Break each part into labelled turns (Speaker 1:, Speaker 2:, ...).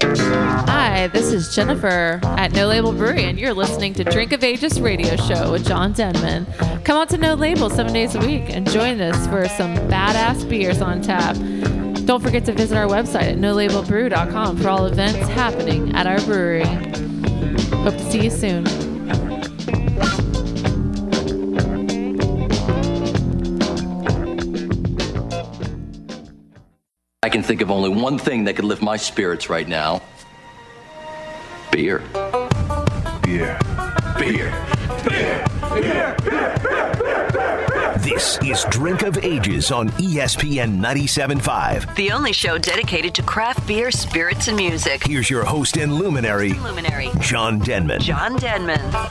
Speaker 1: Hi, this is Jennifer at No Label Brewery, and you're listening to Drink of Ages Radio Show with John Denman. Come out to No Label seven days a week and join us for some badass beers on tap. Don't forget to visit our website at nolabelbrew.com for all events happening at our brewery. Hope to see you soon.
Speaker 2: I can think of only one thing that could lift my spirits right now beer.
Speaker 3: Beer. Beer. Beer.
Speaker 4: This is Drink of Ages on E ESPN 97.5.
Speaker 5: The only show dedicated to craft beer, spirits, and music.
Speaker 4: Here's your host and luminary,
Speaker 5: Luminary,
Speaker 4: John Denman.
Speaker 5: John Denman.
Speaker 6: All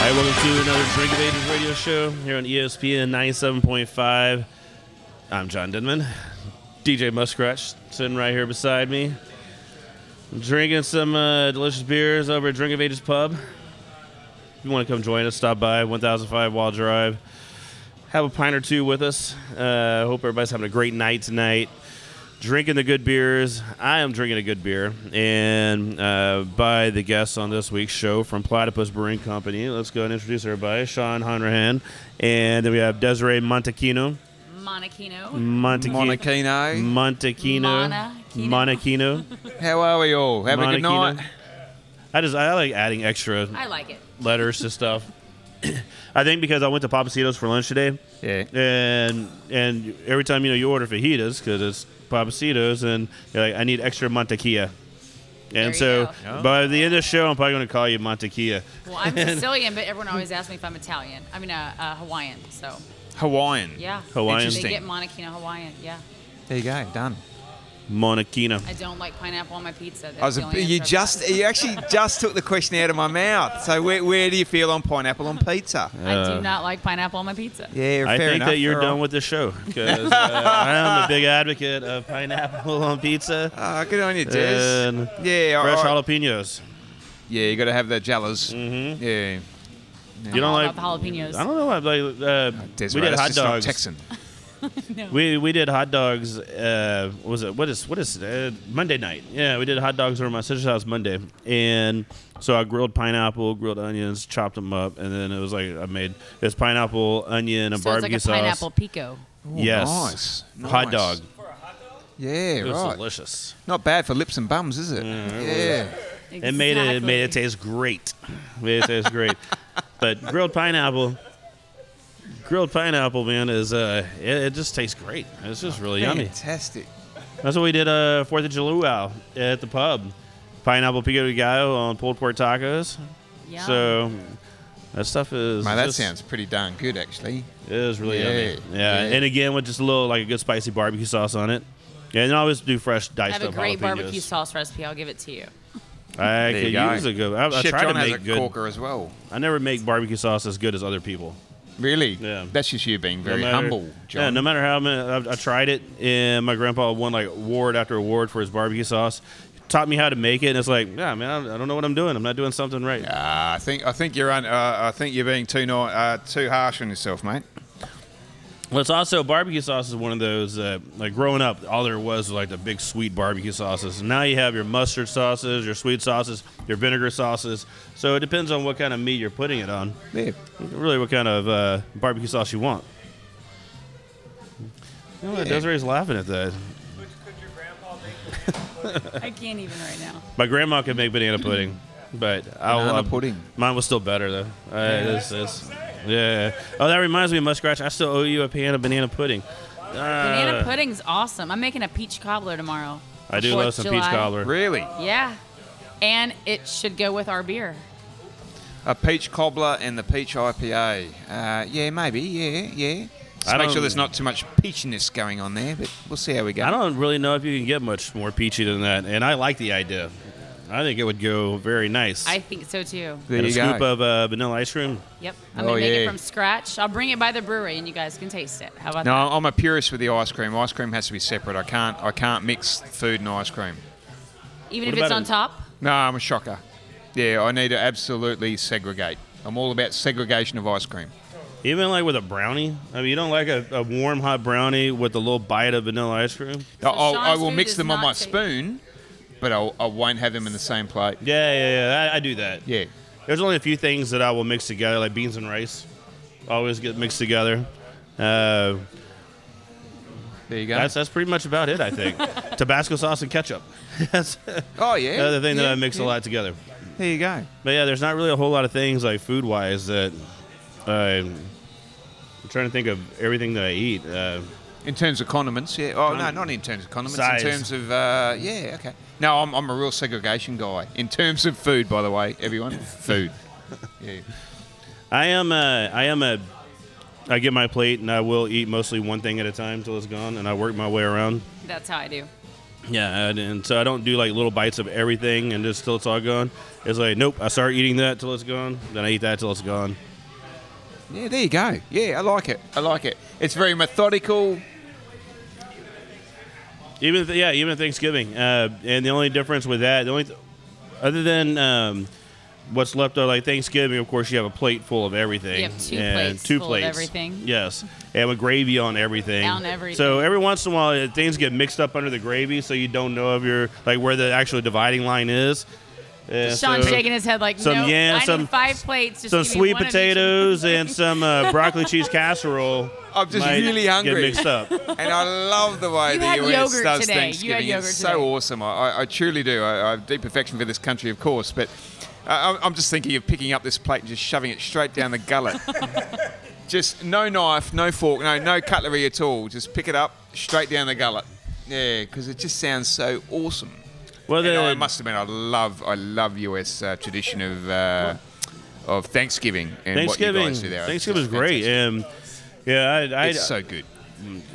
Speaker 6: right, welcome to another Drink of Ages radio show here on E ESPN 97.5. I'm John Denman. DJ Muskrat sitting right here beside me. Drinking some uh, delicious beers over at Drink of Ages Pub. If you want to come join us, stop by 1005 Wall Drive. Have a pint or two with us. Uh, hope everybody's having a great night tonight drinking the good beers. I am drinking a good beer, and uh, by the guests on this week's show from Platypus Brewing Company. Let's go and introduce everybody: Sean Honrahan, and then we have Desiree Montecchino.
Speaker 7: Monachino.
Speaker 6: Montecchino.
Speaker 8: Monachino.
Speaker 6: Montecchino.
Speaker 7: Monachino.
Speaker 6: Monachino.
Speaker 8: How are we all? Have a good
Speaker 6: Monachino.
Speaker 8: night.
Speaker 6: I just I like adding extra
Speaker 7: I like it.
Speaker 6: letters to stuff. I think because I went to Papacitos for lunch today.
Speaker 8: Yeah.
Speaker 6: and and every time you know you order fajitas because it's papacitos and you're like I need extra mantequilla.
Speaker 7: There
Speaker 6: And
Speaker 7: you
Speaker 6: so
Speaker 7: go.
Speaker 6: by the end of the show, I'm probably going to call you mantequilla.
Speaker 7: Well, I'm Sicilian, but everyone always asks me if I'm Italian. I mean, uh, uh, Hawaiian. So,
Speaker 8: Hawaiian.
Speaker 7: yeah.
Speaker 6: Hawaiian.
Speaker 7: They
Speaker 8: Interesting.
Speaker 7: get Monachino Hawaiian. Yeah.
Speaker 8: There you go. Done.
Speaker 6: Monachino.
Speaker 7: I don't like pineapple on my pizza. That's
Speaker 8: I was
Speaker 7: the
Speaker 8: a,
Speaker 7: only
Speaker 8: you
Speaker 7: answer I've
Speaker 8: just
Speaker 7: gotten.
Speaker 8: you actually just took the question out of my mouth. So where, where do you feel on pineapple on pizza?
Speaker 7: I do not like pineapple on my pizza.
Speaker 8: Yeah,
Speaker 6: Uh, I
Speaker 8: fair
Speaker 6: think
Speaker 8: enough.
Speaker 6: that you're
Speaker 8: All
Speaker 6: done
Speaker 8: right.
Speaker 6: with the show because uh, I'm a big advocate of pineapple on pizza.
Speaker 8: Ah, good on you, Des.
Speaker 6: And
Speaker 8: yeah, all
Speaker 6: fresh
Speaker 8: right.
Speaker 6: jalapenos.
Speaker 8: yeah, you got to have the jellas. Mm-hmm. Yeah,
Speaker 6: You don't
Speaker 7: all
Speaker 6: like?
Speaker 7: about the jalapenos.
Speaker 6: I don't know. I like. Uh,
Speaker 8: Desiree,
Speaker 6: we did
Speaker 8: that's
Speaker 6: hot
Speaker 8: just not
Speaker 6: dogs.
Speaker 8: Texan. Oh,
Speaker 6: We we did hot dogs. Uh, what was it what is what is uh, Monday night? Yeah, we did hot dogs over at my sister's house Monday, and so I grilled pineapple, grilled onions, chopped them up, and then it was like I made this pineapple, onion, and
Speaker 7: so it's
Speaker 6: barbecue
Speaker 7: like a
Speaker 6: sauce.
Speaker 7: pineapple pico.
Speaker 8: Ooh,
Speaker 6: yes,
Speaker 8: nice,
Speaker 6: hot
Speaker 8: nice.
Speaker 6: dog.
Speaker 8: Yeah,
Speaker 6: It was
Speaker 8: right.
Speaker 6: delicious. Mm,
Speaker 8: Not bad for lips and bums, is it? yeah.
Speaker 7: Exactly.
Speaker 6: It made it, it made it taste great. Made it taste great. But grilled pineapple, grilled pineapple, man, is uh, it, it just tastes great. It's just really yummy.
Speaker 8: Fantastic.
Speaker 6: That's what we did uh Fourth of July at the pub. Pineapple pico de gallo on pulled pork tacos.
Speaker 7: Yeah.
Speaker 6: So that stuff is
Speaker 8: Man, that
Speaker 6: just-
Speaker 8: sounds pretty darn good, actually.
Speaker 6: it is really
Speaker 8: Yeah.
Speaker 6: yummy. Yeah.
Speaker 8: Yeah.
Speaker 6: And again with just a little like a good spicy barbecue sauce on it. Yeah, and I always do fresh
Speaker 7: I
Speaker 6: diced
Speaker 7: have a
Speaker 6: up
Speaker 7: great
Speaker 6: jalapenos.
Speaker 7: barbecue sauce recipe. I'll give it to you.
Speaker 6: I
Speaker 8: There
Speaker 6: could
Speaker 8: you go.
Speaker 6: use a good. I, I
Speaker 8: Chef
Speaker 6: try
Speaker 8: John
Speaker 6: to
Speaker 8: has
Speaker 6: make
Speaker 8: a
Speaker 6: good.
Speaker 8: corker as well.
Speaker 6: I never make barbecue sauce as good as other people.
Speaker 8: Really?
Speaker 6: Yeah.
Speaker 8: That's just you being
Speaker 6: No
Speaker 8: very
Speaker 6: matter-
Speaker 8: humble, John.
Speaker 6: Yeah, no matter how many, I've, I tried it, and my grandpa won like award after award for his barbecue sauce. Taught me how to make it, and it's like, yeah, man, I I don't know what I'm doing. I'm not doing something right.
Speaker 8: Ah, I think I think you're un, uh, I think you're being too no, uh, too harsh on yourself, mate.
Speaker 6: Well, it's also barbecue sauce is one of those. Uh, like growing up, all there was was like the big sweet barbecue sauces. Now you have your mustard sauces, your sweet sauces, your vinegar sauces. So it depends on what kind of meat you're putting it on.
Speaker 8: Yeah.
Speaker 6: Really, what kind of uh, barbecue sauce you want. You know what? Desiree's laughing at that.
Speaker 7: I can't even right now.
Speaker 6: My grandma could make banana pudding, but I'll,
Speaker 8: Banana
Speaker 6: uh,
Speaker 8: pudding.
Speaker 6: Mine was still better though. Uh, this- this- yeah. Oh, that reminds me, Muskrat. I still owe you a pan of banana pudding. Uh,
Speaker 7: Banana pudding's awesome. I'm making a peach cobbler tomorrow.
Speaker 6: I do
Speaker 7: Fourth
Speaker 6: love some peach
Speaker 7: July.
Speaker 6: cobbler.
Speaker 8: Really?
Speaker 7: Yeah. And it should go with our beer.
Speaker 8: A peach cobbler and the peach IPA. Uh, yeah, maybe. Yeah, yeah. Just
Speaker 6: I
Speaker 8: make
Speaker 6: don't-
Speaker 8: sure there's not too much peachiness going on there, but we'll see how we go.
Speaker 6: I don't really know if you can get much more peachy than that, and I like the idea. I think it would go very nice.
Speaker 7: I think so too.
Speaker 8: There
Speaker 6: and a
Speaker 8: you
Speaker 6: scoop
Speaker 8: go.
Speaker 6: of uh, vanilla ice cream.
Speaker 7: Yep. I'm
Speaker 8: Oh,
Speaker 7: gonna make
Speaker 8: yeah.
Speaker 7: it from scratch. I'll bring it by the brewery and you guys can taste it. How about
Speaker 8: No,
Speaker 7: that?
Speaker 8: I'm a purist with the ice cream. Ice cream has to be separate. I can't. I can't mix food and ice cream.
Speaker 7: Even
Speaker 6: What
Speaker 7: if it's
Speaker 6: about
Speaker 7: on
Speaker 6: it?
Speaker 7: top.
Speaker 8: No, I'm a shocker. Yeah, I need to absolutely segregate. I'm all about segregation of ice cream.
Speaker 6: Even like with a brownie. I mean, you don't like a, a warm hot brownie with a little bite of vanilla ice cream.
Speaker 8: I'll, I'll- I
Speaker 7: Sean's
Speaker 8: will
Speaker 7: food
Speaker 8: mix
Speaker 7: does
Speaker 8: them on
Speaker 7: not
Speaker 8: my
Speaker 7: taste-
Speaker 8: spoon, but I'll, I won't have them in the same plate.
Speaker 6: Yeah, yeah, yeah. I, I do that.
Speaker 8: Yeah.
Speaker 6: There's only a few things that I will mix together, like beans and rice. Always get mixed together. Uh,
Speaker 8: There you go.
Speaker 6: that's that's pretty much about it, I think. Tabasco sauce and ketchup. that's
Speaker 8: oh, yeah.
Speaker 6: another thing that
Speaker 8: Yeah,
Speaker 6: I mix
Speaker 8: yeah.
Speaker 6: a lot together.
Speaker 8: There you go.
Speaker 6: But yeah, there's not really a whole lot of things like food wise that I'm, I'm trying to think of everything that I eat. Uh,
Speaker 8: In terms of condiments, yeah. Oh, no, not in terms of condiments.
Speaker 6: Size.
Speaker 8: In terms of, uh, yeah, okay. No, I'm, I'm a real segregation guy. In terms of food, by the way, everyone, food. Yeah.
Speaker 6: I am a, I am a, I get my plate and I will eat mostly one thing at a time till it's gone, and I work my way around.
Speaker 7: That's how I do.
Speaker 6: Yeah, and, and so I don't do like little bites of everything and just till it's all gone. It's like, nope, I start eating that till it's gone, then I eat that till it's gone.
Speaker 8: Yeah, there you go. Yeah, I like it. I like it. It's very methodical.
Speaker 6: Even th- yeah, even Thanksgiving. Uh, and the only difference with that, the only th- other than um, what's left of like Thanksgiving, of course, you have a plate full of everything.
Speaker 7: You have two
Speaker 6: and
Speaker 7: plates
Speaker 6: two
Speaker 7: full of
Speaker 6: plates.
Speaker 7: everything.
Speaker 6: Yes, and with gravy on everything.
Speaker 7: On everything.
Speaker 6: So every once in a while, uh, things get mixed up under the gravy, so you don't know of your like where the actual dividing line is. Yeah,
Speaker 7: Sean's
Speaker 6: so-
Speaker 7: shaking his head like,
Speaker 6: some
Speaker 7: no,
Speaker 6: yam-
Speaker 7: I
Speaker 6: some-
Speaker 7: need five plates. Just
Speaker 6: some
Speaker 7: give me
Speaker 6: sweet
Speaker 7: one of each."
Speaker 6: potatoes and some uh, broccoli cheese casserole.
Speaker 8: I'm just
Speaker 6: might
Speaker 8: really hungry.
Speaker 6: Get mixed up.
Speaker 8: And I love the way
Speaker 7: You
Speaker 8: the
Speaker 7: had
Speaker 8: US
Speaker 7: yogurt
Speaker 8: does
Speaker 7: today. You had
Speaker 8: Thanksgiving.
Speaker 7: yogurt
Speaker 8: it's
Speaker 7: today.
Speaker 8: so awesome. I, I- I truly do. I, I have deep affection for this country, of course, but I, I'm- I'm just thinking of picking up this plate and just shoving it straight down the gullet. just no knife, no fork, no no cutlery at all. Just pick it up straight down the gullet. Yeah, because it just sounds so awesome.
Speaker 6: Well,
Speaker 8: And I
Speaker 6: the,
Speaker 8: must admit, I love I love US uh, tradition of. Uh, of Thanksgiving and what you
Speaker 6: Thanksgiving.
Speaker 8: guys do there. It's
Speaker 6: Thanksgiving is
Speaker 8: just
Speaker 6: great,
Speaker 8: fantastic.
Speaker 6: and yeah, I, I,
Speaker 8: It's so good.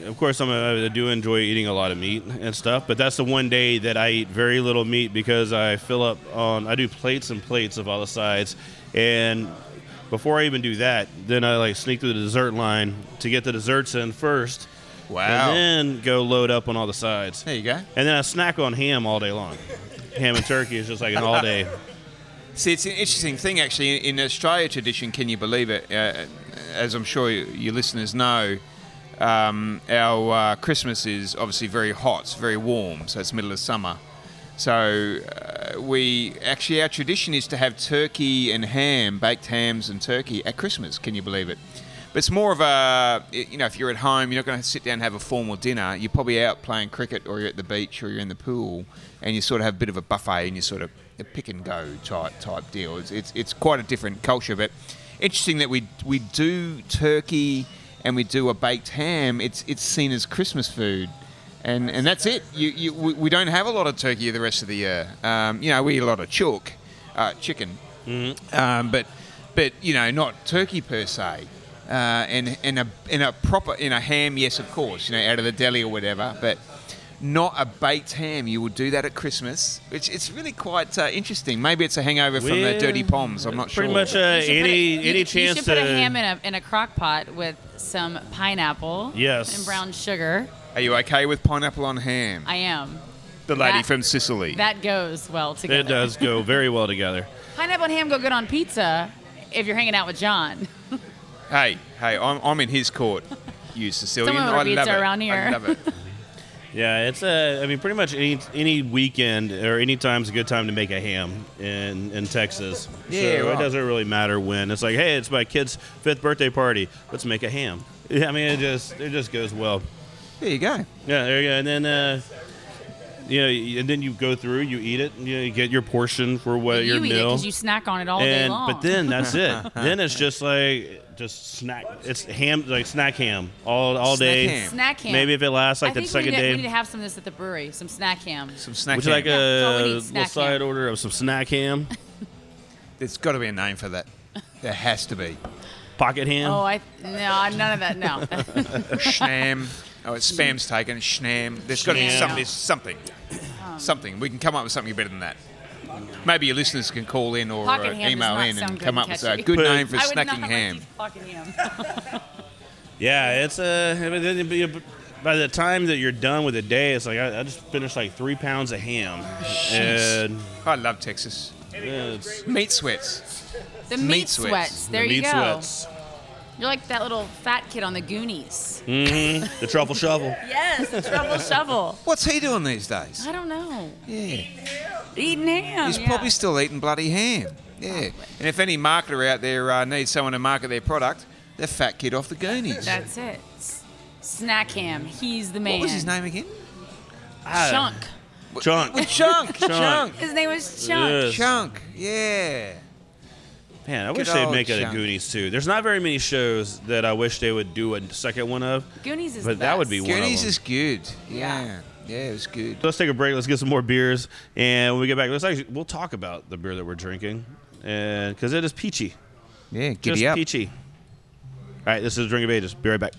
Speaker 6: of course I'm a, I do enjoy eating a lot of meat and stuff, but that's the one day that I eat very little meat because I fill up on I do plates and plates of all the sides, and before I even do that, then I like sneak through the dessert line to get the desserts in first,
Speaker 8: Wow.
Speaker 6: and then go load up on all the sides.
Speaker 8: There you go.
Speaker 6: And then I snack on ham all day long. Ham and turkey is just like an all day.
Speaker 8: See, it's an interesting thing, actually. In Australia tradition, can you believe it? Uh, as I'm sure you- your listeners know, um, our uh, Christmas is obviously very hot, it's very warm, so it's middle of summer. So uh, we actually our tradition is to have turkey and ham, baked hams and turkey at Christmas. Can you believe it? But it's more of a you know if you're at home, you're not going to sit down and have a formal dinner. You're probably out playing cricket, or you're at the beach, or you're in the pool, and you sort of have a bit of a buffet and you sort of a pick and go type type deal. It's it's, it's quite a different culture, but interesting that we we do turkey and we do a baked ham. It's it's seen as Christmas food and and that's it. You, you we, we don't have a lot of turkey the rest of the year. Um, you know, we eat a lot of chalk, uh, chicken, um, but but you know, not turkey per se. Uh, and and a and a proper in a ham, yes, of course, you know, out of the deli or whatever, but not a baked ham. You would do that at Christmas, which it's really quite uh, interesting. Maybe it's a hangover from the
Speaker 6: Well,
Speaker 8: dirty palms. I'm not sure.
Speaker 6: Pretty much
Speaker 7: You
Speaker 6: uh,
Speaker 7: should put
Speaker 6: any
Speaker 7: a- you-
Speaker 6: any
Speaker 7: you
Speaker 6: chance
Speaker 7: should
Speaker 6: to
Speaker 7: put a ham in a, in a crock pot with some pineapple
Speaker 6: Yes.
Speaker 7: and brown sugar.
Speaker 8: Are you okay with pineapple on ham?
Speaker 7: I am.
Speaker 8: the lady
Speaker 7: that-
Speaker 8: from Sicily.
Speaker 7: That goes well together.
Speaker 6: it does go very well together.
Speaker 7: Pineapple and ham go good on pizza if you're hanging out with John.
Speaker 8: Hey, hey, I'm, I'm in his court. You Sicilian,
Speaker 7: Someone
Speaker 8: I
Speaker 7: order
Speaker 8: love it.
Speaker 7: pizza around here.
Speaker 8: I love it.
Speaker 6: Yeah, it's uh, I mean, pretty much any any weekend or any time's a good time to make a ham in in Texas.
Speaker 8: Yeah,
Speaker 6: so
Speaker 8: right.
Speaker 6: it doesn't really matter when. It's like, hey, it's my kid's fifth birthday party. Let's make a ham. Yeah, I mean, it just it just goes well.
Speaker 8: There you go.
Speaker 6: Yeah, there you go. And then uh, you know, and then you go through, you eat it, you, know, you get your portion for what
Speaker 7: you
Speaker 6: your
Speaker 7: eat it
Speaker 6: meal.
Speaker 7: because you snack on it all day
Speaker 6: and
Speaker 7: long.
Speaker 6: but then that's it. then it's just like just snack. It's ham like snack ham all all
Speaker 8: Snack
Speaker 6: day.
Speaker 8: ham.
Speaker 7: snack ham.
Speaker 6: Maybe if it lasts like
Speaker 7: I
Speaker 6: the
Speaker 7: think
Speaker 6: second
Speaker 7: we need,
Speaker 6: day.
Speaker 7: we need to have some of this at the brewery. Some snack ham.
Speaker 8: Some snack.
Speaker 6: Would you like
Speaker 8: ham.
Speaker 7: Yeah, that's all
Speaker 6: a
Speaker 7: we need,
Speaker 6: little
Speaker 7: snack
Speaker 6: side
Speaker 7: ham.
Speaker 6: order of some snack ham,
Speaker 8: There's got to be a name for that. There has to be.
Speaker 6: pocket ham?
Speaker 7: Oh, I no, none of that. No,
Speaker 8: Schnam. Oh, it's spam's taken. Schnam. There's got to be
Speaker 6: Schnam.
Speaker 8: something. There's something. Something. We can come up with something better than that. Maybe your listeners can call in or
Speaker 7: Pocket
Speaker 8: uh,
Speaker 7: ham does
Speaker 8: email
Speaker 7: not
Speaker 8: in
Speaker 7: sound
Speaker 8: and
Speaker 7: good
Speaker 8: come
Speaker 7: and
Speaker 8: up with a
Speaker 7: catchy.
Speaker 8: good
Speaker 6: But-
Speaker 8: name for
Speaker 7: I would not
Speaker 8: snacking
Speaker 7: like
Speaker 8: ham.
Speaker 7: these fucking ham.
Speaker 6: Yeah, it's uh, I mean, then you- by the time that you're done with the day, it's like I, I just finished like three pounds of ham, and
Speaker 8: I love Texas.
Speaker 6: yeah, it's
Speaker 8: Meat sweats.
Speaker 7: The meat,
Speaker 8: Meat
Speaker 7: sweats.
Speaker 8: sweats.
Speaker 7: There
Speaker 6: the
Speaker 7: you
Speaker 6: meat
Speaker 7: go.
Speaker 6: sweats.
Speaker 7: You're like that little fat kid on the Goonies.
Speaker 6: Mm-hmm. The truffle shovel.
Speaker 7: Yes, trouble shovel.
Speaker 8: What's he doing these days?
Speaker 7: I don't know.
Speaker 8: Yeah.
Speaker 7: Eating ham.
Speaker 8: He's
Speaker 7: yeah.
Speaker 8: probably still eating bloody ham. Yeah. And if any marketer out there uh, needs someone to market their product, they're Fat Kid off the Goonies.
Speaker 7: That's it. S- Snack ham. He's the man.
Speaker 8: what was his name Oh. again?
Speaker 7: Chunk.
Speaker 6: Ah, Chunk.
Speaker 8: Chunk.
Speaker 6: Chunk.
Speaker 8: Chunk.
Speaker 7: His name was Chunk.
Speaker 6: Yes.
Speaker 8: Chunk. Yeah.
Speaker 6: Man, I wish
Speaker 8: Good
Speaker 6: they'd
Speaker 8: old
Speaker 6: make it a
Speaker 8: Chunk.
Speaker 6: Goonies too. There's not very many shows that I wish they would do a second one of.
Speaker 7: Goonies is
Speaker 6: But
Speaker 7: the
Speaker 6: that would
Speaker 7: best.
Speaker 6: be- One of
Speaker 8: Goonies
Speaker 6: them.
Speaker 8: is good. Yeah. Yeah, it was good.
Speaker 6: Let's take a break. Let's get some more beers, and when we get back, let's actually we'll talk about the beer that we're drinking, and because it is peachy,
Speaker 8: Yeah,
Speaker 6: just
Speaker 8: giddy up.
Speaker 6: peachy. All right, this is Drink of Ages. Be right back.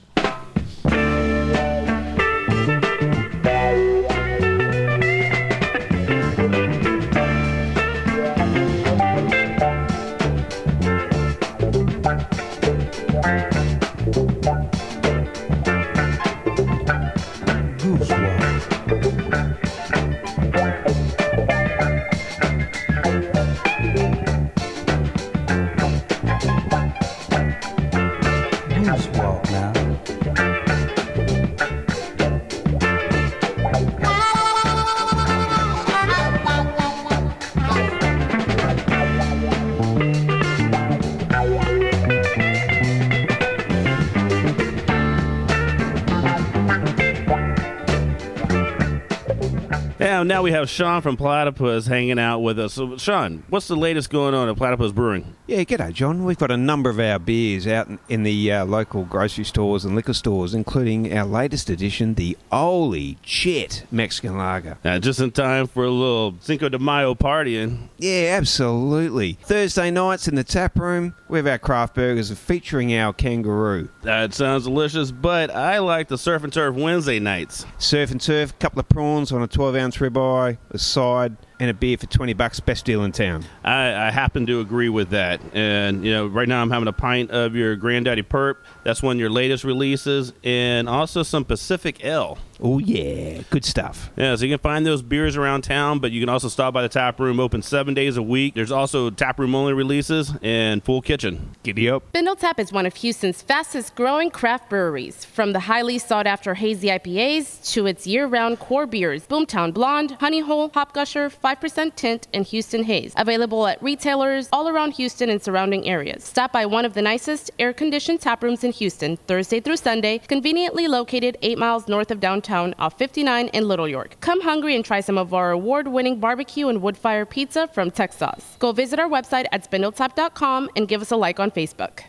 Speaker 6: Now, now we have Sean from Platypus hanging out with us. So, Sean, what's the latest going on at Platypus Brewing?
Speaker 9: Yeah, g'day, John. We've got a number of our beers out in, in the uh, local grocery stores and liquor stores, including our latest edition, the Oli Chit Mexican Lager.
Speaker 6: Uh, just in time for a little Cinco de Mayo partying.
Speaker 9: Yeah, absolutely. Thursday nights in the tap room, we have our craft burgers featuring our kangaroo.
Speaker 6: That sounds delicious, but I like the Surf and Turf Wednesday nights.
Speaker 9: Surf and turf, couple of prawns on a 12 ounce ribeye, a side, and a beer for 20 bucks, best deal in town.
Speaker 6: I, I happen to agree with that. And, you know, right now I'm having a pint of your Granddaddy Perp. That's one of your latest releases. And also some Pacific L.
Speaker 9: Oh, yeah, good stuff.
Speaker 6: Yeah, so you can find those beers around town, but you can also stop by the tap room, open seven days a week. There's also tap room only releases and full kitchen.
Speaker 9: Giddy up.
Speaker 10: Spindle Tap is one of Houston's fastest growing craft breweries. From the highly sought after hazy IPAs to its year round core beers, Boomtown Blonde, Honey Hole, Hop Gusher, 5% Tint, and Houston Haze. Available at retailers all around Houston and surrounding areas. Stop by one of the nicest air conditioned tap rooms in Houston, Thursday through Sunday, conveniently located 8 miles north of downtown off 59 in Little York. Come hungry and try some of our award winning barbecue and wood fire pizza from Texas. Go visit our website at spindletop.com and give us a like on Facebook.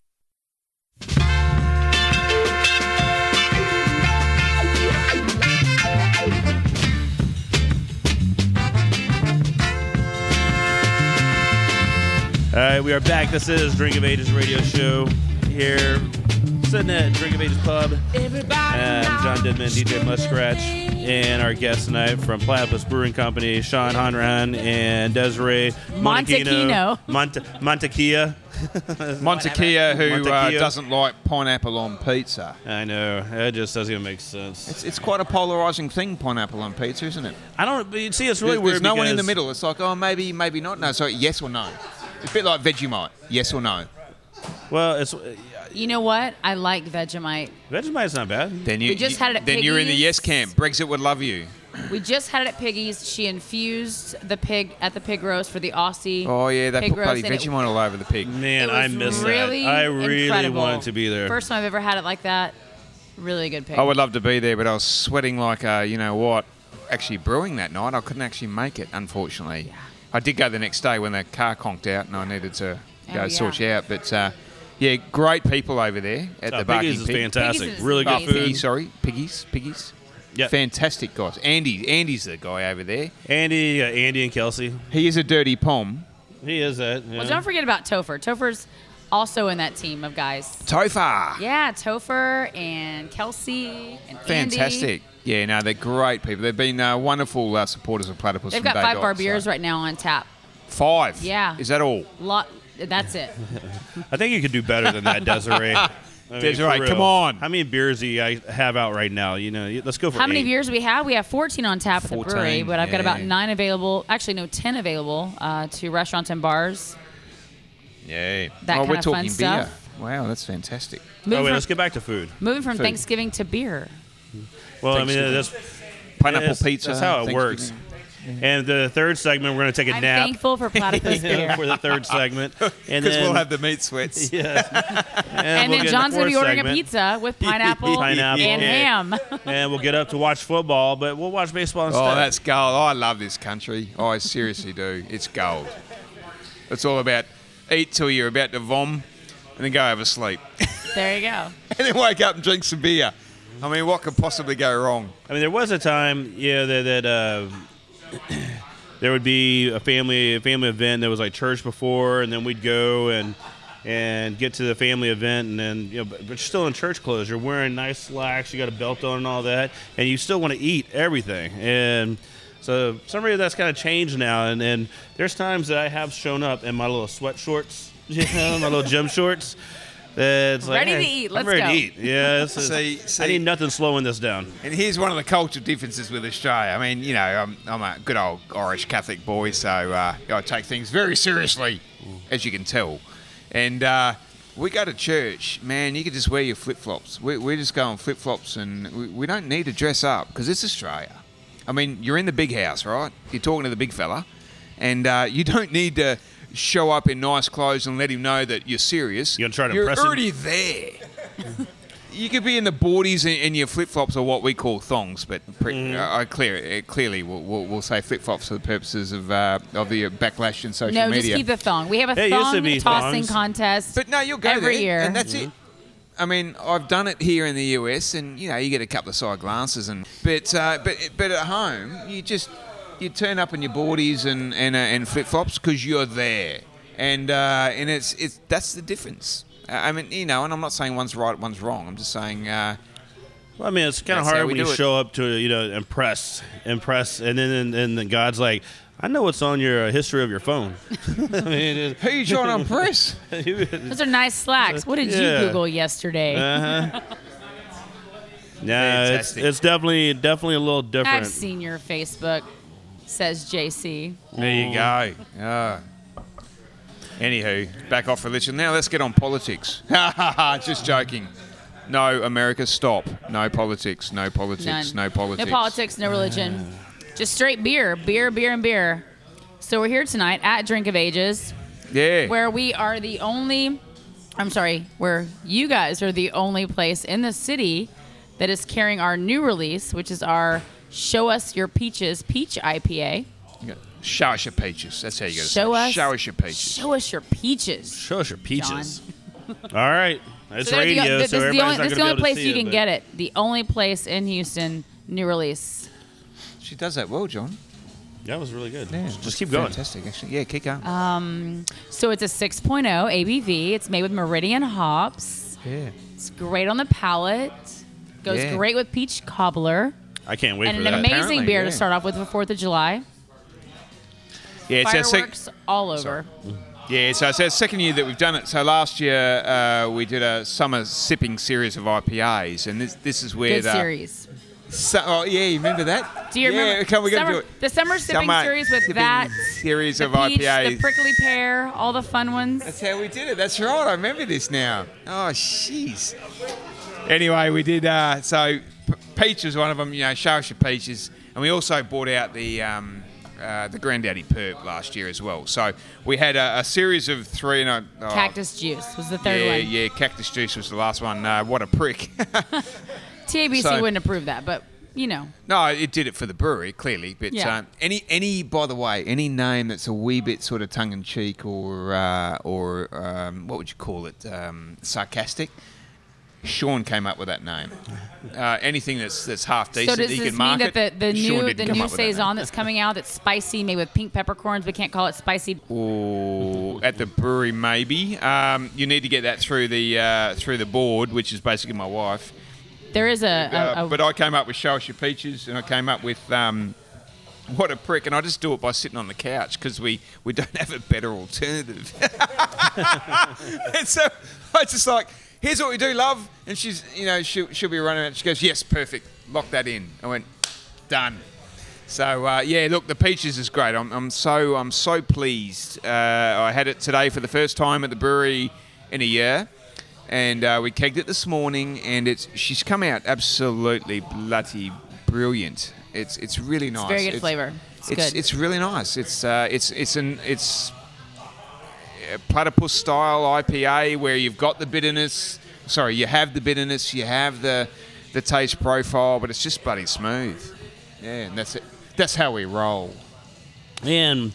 Speaker 6: All right, we are back. This is Drink of Ages Radio Show here, sitting at Drink of Ages Pub. And John Didman, DJ Muskratch, and our guest tonight from Platypus Brewing Company, Sean Honran and Desiree Montequino.
Speaker 7: Montequino.
Speaker 6: Monte- Montequia.
Speaker 8: Montekia, who uh,
Speaker 6: Montekia.
Speaker 8: doesn't like pineapple on pizza.
Speaker 6: I know. That just doesn't even make sense.
Speaker 8: It's, it's quite a polarizing thing, pineapple on pizza, isn't it?
Speaker 6: I don't but you see. It's really
Speaker 8: there's
Speaker 6: weird.
Speaker 8: there's no one in the
Speaker 6: because-
Speaker 8: middle. It's like, oh, maybe, maybe not. No, sorry, yes or no. It's a bit like Vegemite. Yes or no.
Speaker 6: Well, it's uh,
Speaker 7: You know what? I like Vegemite.
Speaker 6: Vegemite's not bad.
Speaker 8: Then you
Speaker 7: We just
Speaker 8: you-
Speaker 7: had it at
Speaker 8: Then you're in the
Speaker 7: Piggy's.
Speaker 8: yes camp. Brexit would love you.
Speaker 7: We just had it at Piggy's. She infused the pig at the pig roast for the Aussie.
Speaker 8: Oh yeah, they
Speaker 7: pig
Speaker 8: put bloody
Speaker 7: roast, and it-
Speaker 8: Vegemite all over the pig.
Speaker 6: Man,
Speaker 7: it
Speaker 6: I
Speaker 7: was
Speaker 6: miss
Speaker 7: really
Speaker 6: that. I really
Speaker 7: incredible.
Speaker 6: wanted to be there.
Speaker 7: First time I've ever had it like that. Really good pig.
Speaker 8: I would love to be there, but I was sweating like uh, you know what. Actually, brewing that night, I couldn't actually make it. Unfortunately, I did go the next day when the car conked out, and I needed to go
Speaker 7: Oh,
Speaker 8: sort you
Speaker 7: yeah.
Speaker 8: out. But uh, yeah, great people over there at
Speaker 6: Uh,
Speaker 8: the Barking
Speaker 6: Piggies is
Speaker 8: Pig.
Speaker 6: fantastic.
Speaker 7: Piggies is
Speaker 6: really good
Speaker 8: Oh,
Speaker 7: amazing.
Speaker 6: food.
Speaker 8: Piggy, sorry, piggies, piggies.
Speaker 6: Yeah.
Speaker 8: Fantastic guys. Andy, Andy's the guy over there.
Speaker 6: Andy, uh, Andy and Kelsey.
Speaker 8: He is a dirty pom.
Speaker 6: He is that. yeah.
Speaker 7: Well, don't forget about Topher. Topher's also in that team of guys.
Speaker 8: Tofar.
Speaker 7: Yeah, Topher and Kelsey and Andy.
Speaker 8: Fantastic. Yeah, no, they're great people. They've been uh, wonderful uh, supporters of Platypus.
Speaker 7: They've got five bar beers right now on tap.
Speaker 8: Five.
Speaker 7: Yeah.
Speaker 8: Is that all?
Speaker 7: Lot. That's it.
Speaker 6: I think you could do better than that, Desiree. I mean,
Speaker 8: Desiree,
Speaker 6: for real.
Speaker 8: come on.
Speaker 6: How many beers do you guys have out right now? You know, you- let's go for
Speaker 7: How many
Speaker 6: eight.
Speaker 7: beers we have? We have 14 on tap at the brewery,
Speaker 8: 14,
Speaker 7: but I've got about
Speaker 8: yeah.
Speaker 7: nine available. Actually, no, 10 available uh, to restaurants and bars.
Speaker 8: Yeah.
Speaker 7: That
Speaker 8: oh,
Speaker 7: kind
Speaker 8: we're
Speaker 7: of
Speaker 8: talking
Speaker 7: fun
Speaker 8: beer.
Speaker 7: stuff.
Speaker 8: Wow, that's fantastic.
Speaker 6: oh,
Speaker 7: Moving
Speaker 6: wait,
Speaker 7: from-
Speaker 6: let's get back to food.
Speaker 7: Moving from
Speaker 8: Food.
Speaker 7: Thanksgiving to beer.
Speaker 6: Well, I mean,
Speaker 8: Thanksgiving.
Speaker 6: that's
Speaker 8: Pineapple
Speaker 6: that's-
Speaker 8: pizza,
Speaker 6: That's how it works. And the third segment, we're going to take a
Speaker 7: I'm
Speaker 6: nap
Speaker 7: thankful for platypus beer.
Speaker 6: for the third segment, and
Speaker 8: Because
Speaker 6: then
Speaker 8: we'll have the meat
Speaker 7: And
Speaker 8: sweats.
Speaker 6: we'll
Speaker 7: then
Speaker 6: get
Speaker 7: John's
Speaker 6: the
Speaker 7: going to be
Speaker 6: fourth
Speaker 7: ordering a
Speaker 6: segment.
Speaker 7: pizza with pineapple,
Speaker 6: Pineapple.
Speaker 7: and ham.
Speaker 6: and we'll get up to watch football, but we'll watch baseball instead.
Speaker 8: Oh, that's gold. I love this country. I seriously do. It's gold. It's all about eat till you're about to vom and then go have a sleep.
Speaker 7: there you go.
Speaker 8: and then wake up and drink some beer. I mean, what could possibly go wrong?
Speaker 6: I mean, there was a time, yeah, that that uh, there would be a family a family event. There was like church before, and then we'd go and and get to the family event, and then you know, but, but you're still in church clothes. You're wearing nice slacks. You got a belt on and all that, and you still want to eat everything. And so, for some reason that's kind of changed now. And and there's times that I have shown up in my little sweat shorts, you know, my little gym shorts. That's like,
Speaker 7: Ready to
Speaker 6: hey,
Speaker 7: eat.
Speaker 6: I'm
Speaker 7: Let's
Speaker 6: ready
Speaker 7: go.
Speaker 6: to eat. Yeah, this is-
Speaker 8: See- see-
Speaker 6: I need nothing slowing this down.
Speaker 8: And here's one of the cultural differences with Australia. I mean, you know, I'm, I'm a good old Irish Catholic boy, so uh, I take things very seriously, as you can tell. And uh, we go to church, man, you can just wear your flip flops. We, we just go on flip flops and we, we don't need to dress up because it's Australia. I mean, you're in the big house, right? You're talking to the big fella, and uh, you don't need to show up in nice clothes and let him know that you're serious.
Speaker 6: You're gonna try to
Speaker 8: You're
Speaker 6: impress him?
Speaker 8: already there. You could be in the boardies and, and your flip flops are what we call thongs, but pre- I clear uh, clearly we'll, we'll, we'll say flip flops for the purposes of uh, of the backlash in social
Speaker 7: No,
Speaker 8: media.
Speaker 7: just keep the thong. We have a
Speaker 6: It used to
Speaker 7: thong
Speaker 6: be
Speaker 7: tossing
Speaker 6: thongs.
Speaker 7: contest.
Speaker 8: but no, you'll go
Speaker 7: every
Speaker 8: there,
Speaker 7: year.
Speaker 8: and that's it. I mean, I've done it here in the US, and you know, you get a couple of side glances, and but uh, but but at home, you just you turn up in your boardies and and, uh, and flip flops because you're there, and uh, and it's it's that's the difference. Uh, I mean, you know, and I'm not saying one's right, one's wrong. I'm just saying. Uh,
Speaker 6: Well, I mean, it's kind of
Speaker 8: That's how
Speaker 6: hard
Speaker 8: we
Speaker 6: when
Speaker 8: do
Speaker 6: you
Speaker 8: it.
Speaker 6: show up to you know impress, impress, and then and, and then God's like, I know what's on your uh, history of your phone. I mean, it-
Speaker 8: Who you trying to impress?
Speaker 7: Those are nice slacks. What did
Speaker 6: Yeah.
Speaker 7: you Google yesterday?
Speaker 6: nah, it's,
Speaker 8: Fantastic.
Speaker 6: it's definitely definitely a little different.
Speaker 7: I've seen your Facebook, says JC.
Speaker 8: There you go. Mm. Yeah. Anywho, back off religion. Now let's get on politics. Just joking. No, America, stop. No politics. No
Speaker 7: None.
Speaker 8: politics. No politics.
Speaker 7: No politics, no religion. Just straight beer, beer, beer, and beer. So we're here tonight at Drink of Ages,
Speaker 8: Yeah.
Speaker 7: where we are the only, I'm sorry, where you guys are the only place in the city that is carrying our new release, which is our Show Us Your Peaches Peach IPA.
Speaker 8: Show us your peaches. That's how you got to
Speaker 7: Show
Speaker 8: say. it.
Speaker 7: us-
Speaker 8: Show us your peaches.
Speaker 7: Show us your peaches.
Speaker 6: Show us your peaches. All right, it's
Speaker 7: they're the-
Speaker 6: radio,
Speaker 7: this
Speaker 6: so
Speaker 7: is
Speaker 6: everybody's
Speaker 7: the only,
Speaker 6: not
Speaker 7: this is the only
Speaker 6: gonna be able to
Speaker 7: place
Speaker 6: see
Speaker 7: you can
Speaker 6: but-
Speaker 7: get it. The only place in Houston, new release.
Speaker 8: She does that well, John.
Speaker 6: That was really good.
Speaker 8: Yeah.
Speaker 6: Just keep going.
Speaker 8: Fantastic, actually. Yeah, keep going.
Speaker 7: So it's a 6.0 ABV. It's made with Meridian hops.
Speaker 8: yeah.
Speaker 7: It's great on the palate. Goes
Speaker 8: Yeah.
Speaker 7: great with peach cobbler.
Speaker 6: I can't wait
Speaker 7: and
Speaker 6: for
Speaker 7: an
Speaker 6: that.
Speaker 7: amazing
Speaker 8: Apparently,
Speaker 7: beer
Speaker 8: yeah.
Speaker 7: to start off with for 4th of July.
Speaker 8: Yeah, it's our sec-
Speaker 7: Fireworks all over.
Speaker 8: Sorry. Yeah, so it's our second year that we've done it. So last year uh, we did a summer sipping series of IPAs, and this this is where
Speaker 7: Good
Speaker 8: the,
Speaker 7: series.
Speaker 8: So, oh yeah, you remember that?
Speaker 7: Do you
Speaker 8: yeah,
Speaker 7: remember
Speaker 8: Come, we gotta
Speaker 7: summer,
Speaker 8: do it.
Speaker 7: the summer sipping
Speaker 8: Summer
Speaker 7: series with
Speaker 8: sipping
Speaker 7: that
Speaker 8: series
Speaker 7: the
Speaker 8: of
Speaker 7: peach,
Speaker 8: IPAs.
Speaker 7: the prickly pear, all the fun ones.
Speaker 8: That's how we did it. That's right. I remember this now. Oh, jeez. Anyway, we did. Uh, so p- peach was one of them. You know, show us your peaches, and we also bought out the um, uh, the granddaddy perp last year as well. So we had a, a series of three and a oh,
Speaker 7: Cactus juice was the third
Speaker 8: Yeah,
Speaker 7: one.
Speaker 8: yeah. Cactus juice was the last one. Uh, what a prick.
Speaker 7: TABC
Speaker 8: So-
Speaker 7: wouldn't approve that, but you know,
Speaker 8: No, it did it for the brewery, clearly. But
Speaker 7: Yeah.
Speaker 8: um, any, any, by the way, any name that's a wee bit sort of tongue in cheek or, uh, or um, what would you call it, um, sarcastic. Sean came up with that name. Uh, anything that's that's half decent
Speaker 7: So does
Speaker 8: that you
Speaker 7: this
Speaker 8: can
Speaker 7: mean
Speaker 8: market.
Speaker 7: that the, the
Speaker 8: Sean
Speaker 7: new
Speaker 8: didn't
Speaker 7: the
Speaker 8: come
Speaker 7: new
Speaker 8: up with that
Speaker 7: saison that's coming out that's spicy, made with pink peppercorns? We can't call it spicy.
Speaker 8: Ooh, at the brewery maybe. Um, you need to get that through the uh, through the board, which is basically my wife.
Speaker 7: There is a, a,
Speaker 8: Uh,
Speaker 7: a-
Speaker 8: but I came up with show us your peaches, and I came up with um, what a prick, and I just do it by sitting on the couch because we we don't have a better alternative. and so I just like, here's what we do, love, and she's you know she'll she'll be running out. She goes, yes, perfect, lock that in. I went, done. So uh, yeah, look, the peaches is great. I'm, I'm so I'm so pleased. Uh, I had it today for the first time at the brewery in a year, and uh, we kegged it this morning, and it's she's come out absolutely bloody brilliant. It's it's really nice.
Speaker 7: very good flavour. It's
Speaker 8: it's,
Speaker 7: good.
Speaker 8: it's really nice. It's uh, it's it's an it's a platypus style IPA where you've got the bitterness. Sorry, you have the bitterness, you have the the taste profile, but it's just bloody smooth. Yeah, and that's it. That's how we roll.
Speaker 6: And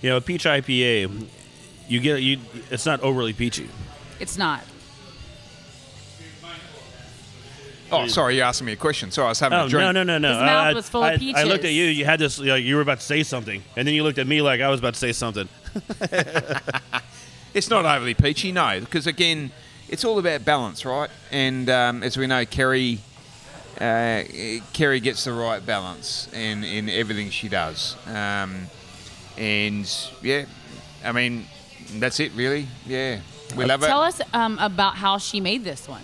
Speaker 6: you know, a peach IPA, you get you. It's not overly peachy.
Speaker 7: It's not.
Speaker 8: Oh, sorry, you asked me a question. Sorry, I was having
Speaker 6: Mm. Oh
Speaker 8: a drink.
Speaker 6: no no no no!
Speaker 7: His mouth
Speaker 6: I-
Speaker 7: was full of
Speaker 6: I- I looked
Speaker 7: peaches.
Speaker 6: at you. You had this. Like, you were about to say something, and then you looked at me like I was about to say something.
Speaker 8: It's not overly peachy, no, because again, it's all about balance, right? And um, as we know, Kerry, uh, Kerry gets the right balance in in everything she does. Um, and yeah, I mean, that's it, really. Yeah, we love
Speaker 7: Tell
Speaker 8: it.
Speaker 7: us um, about how she made this one.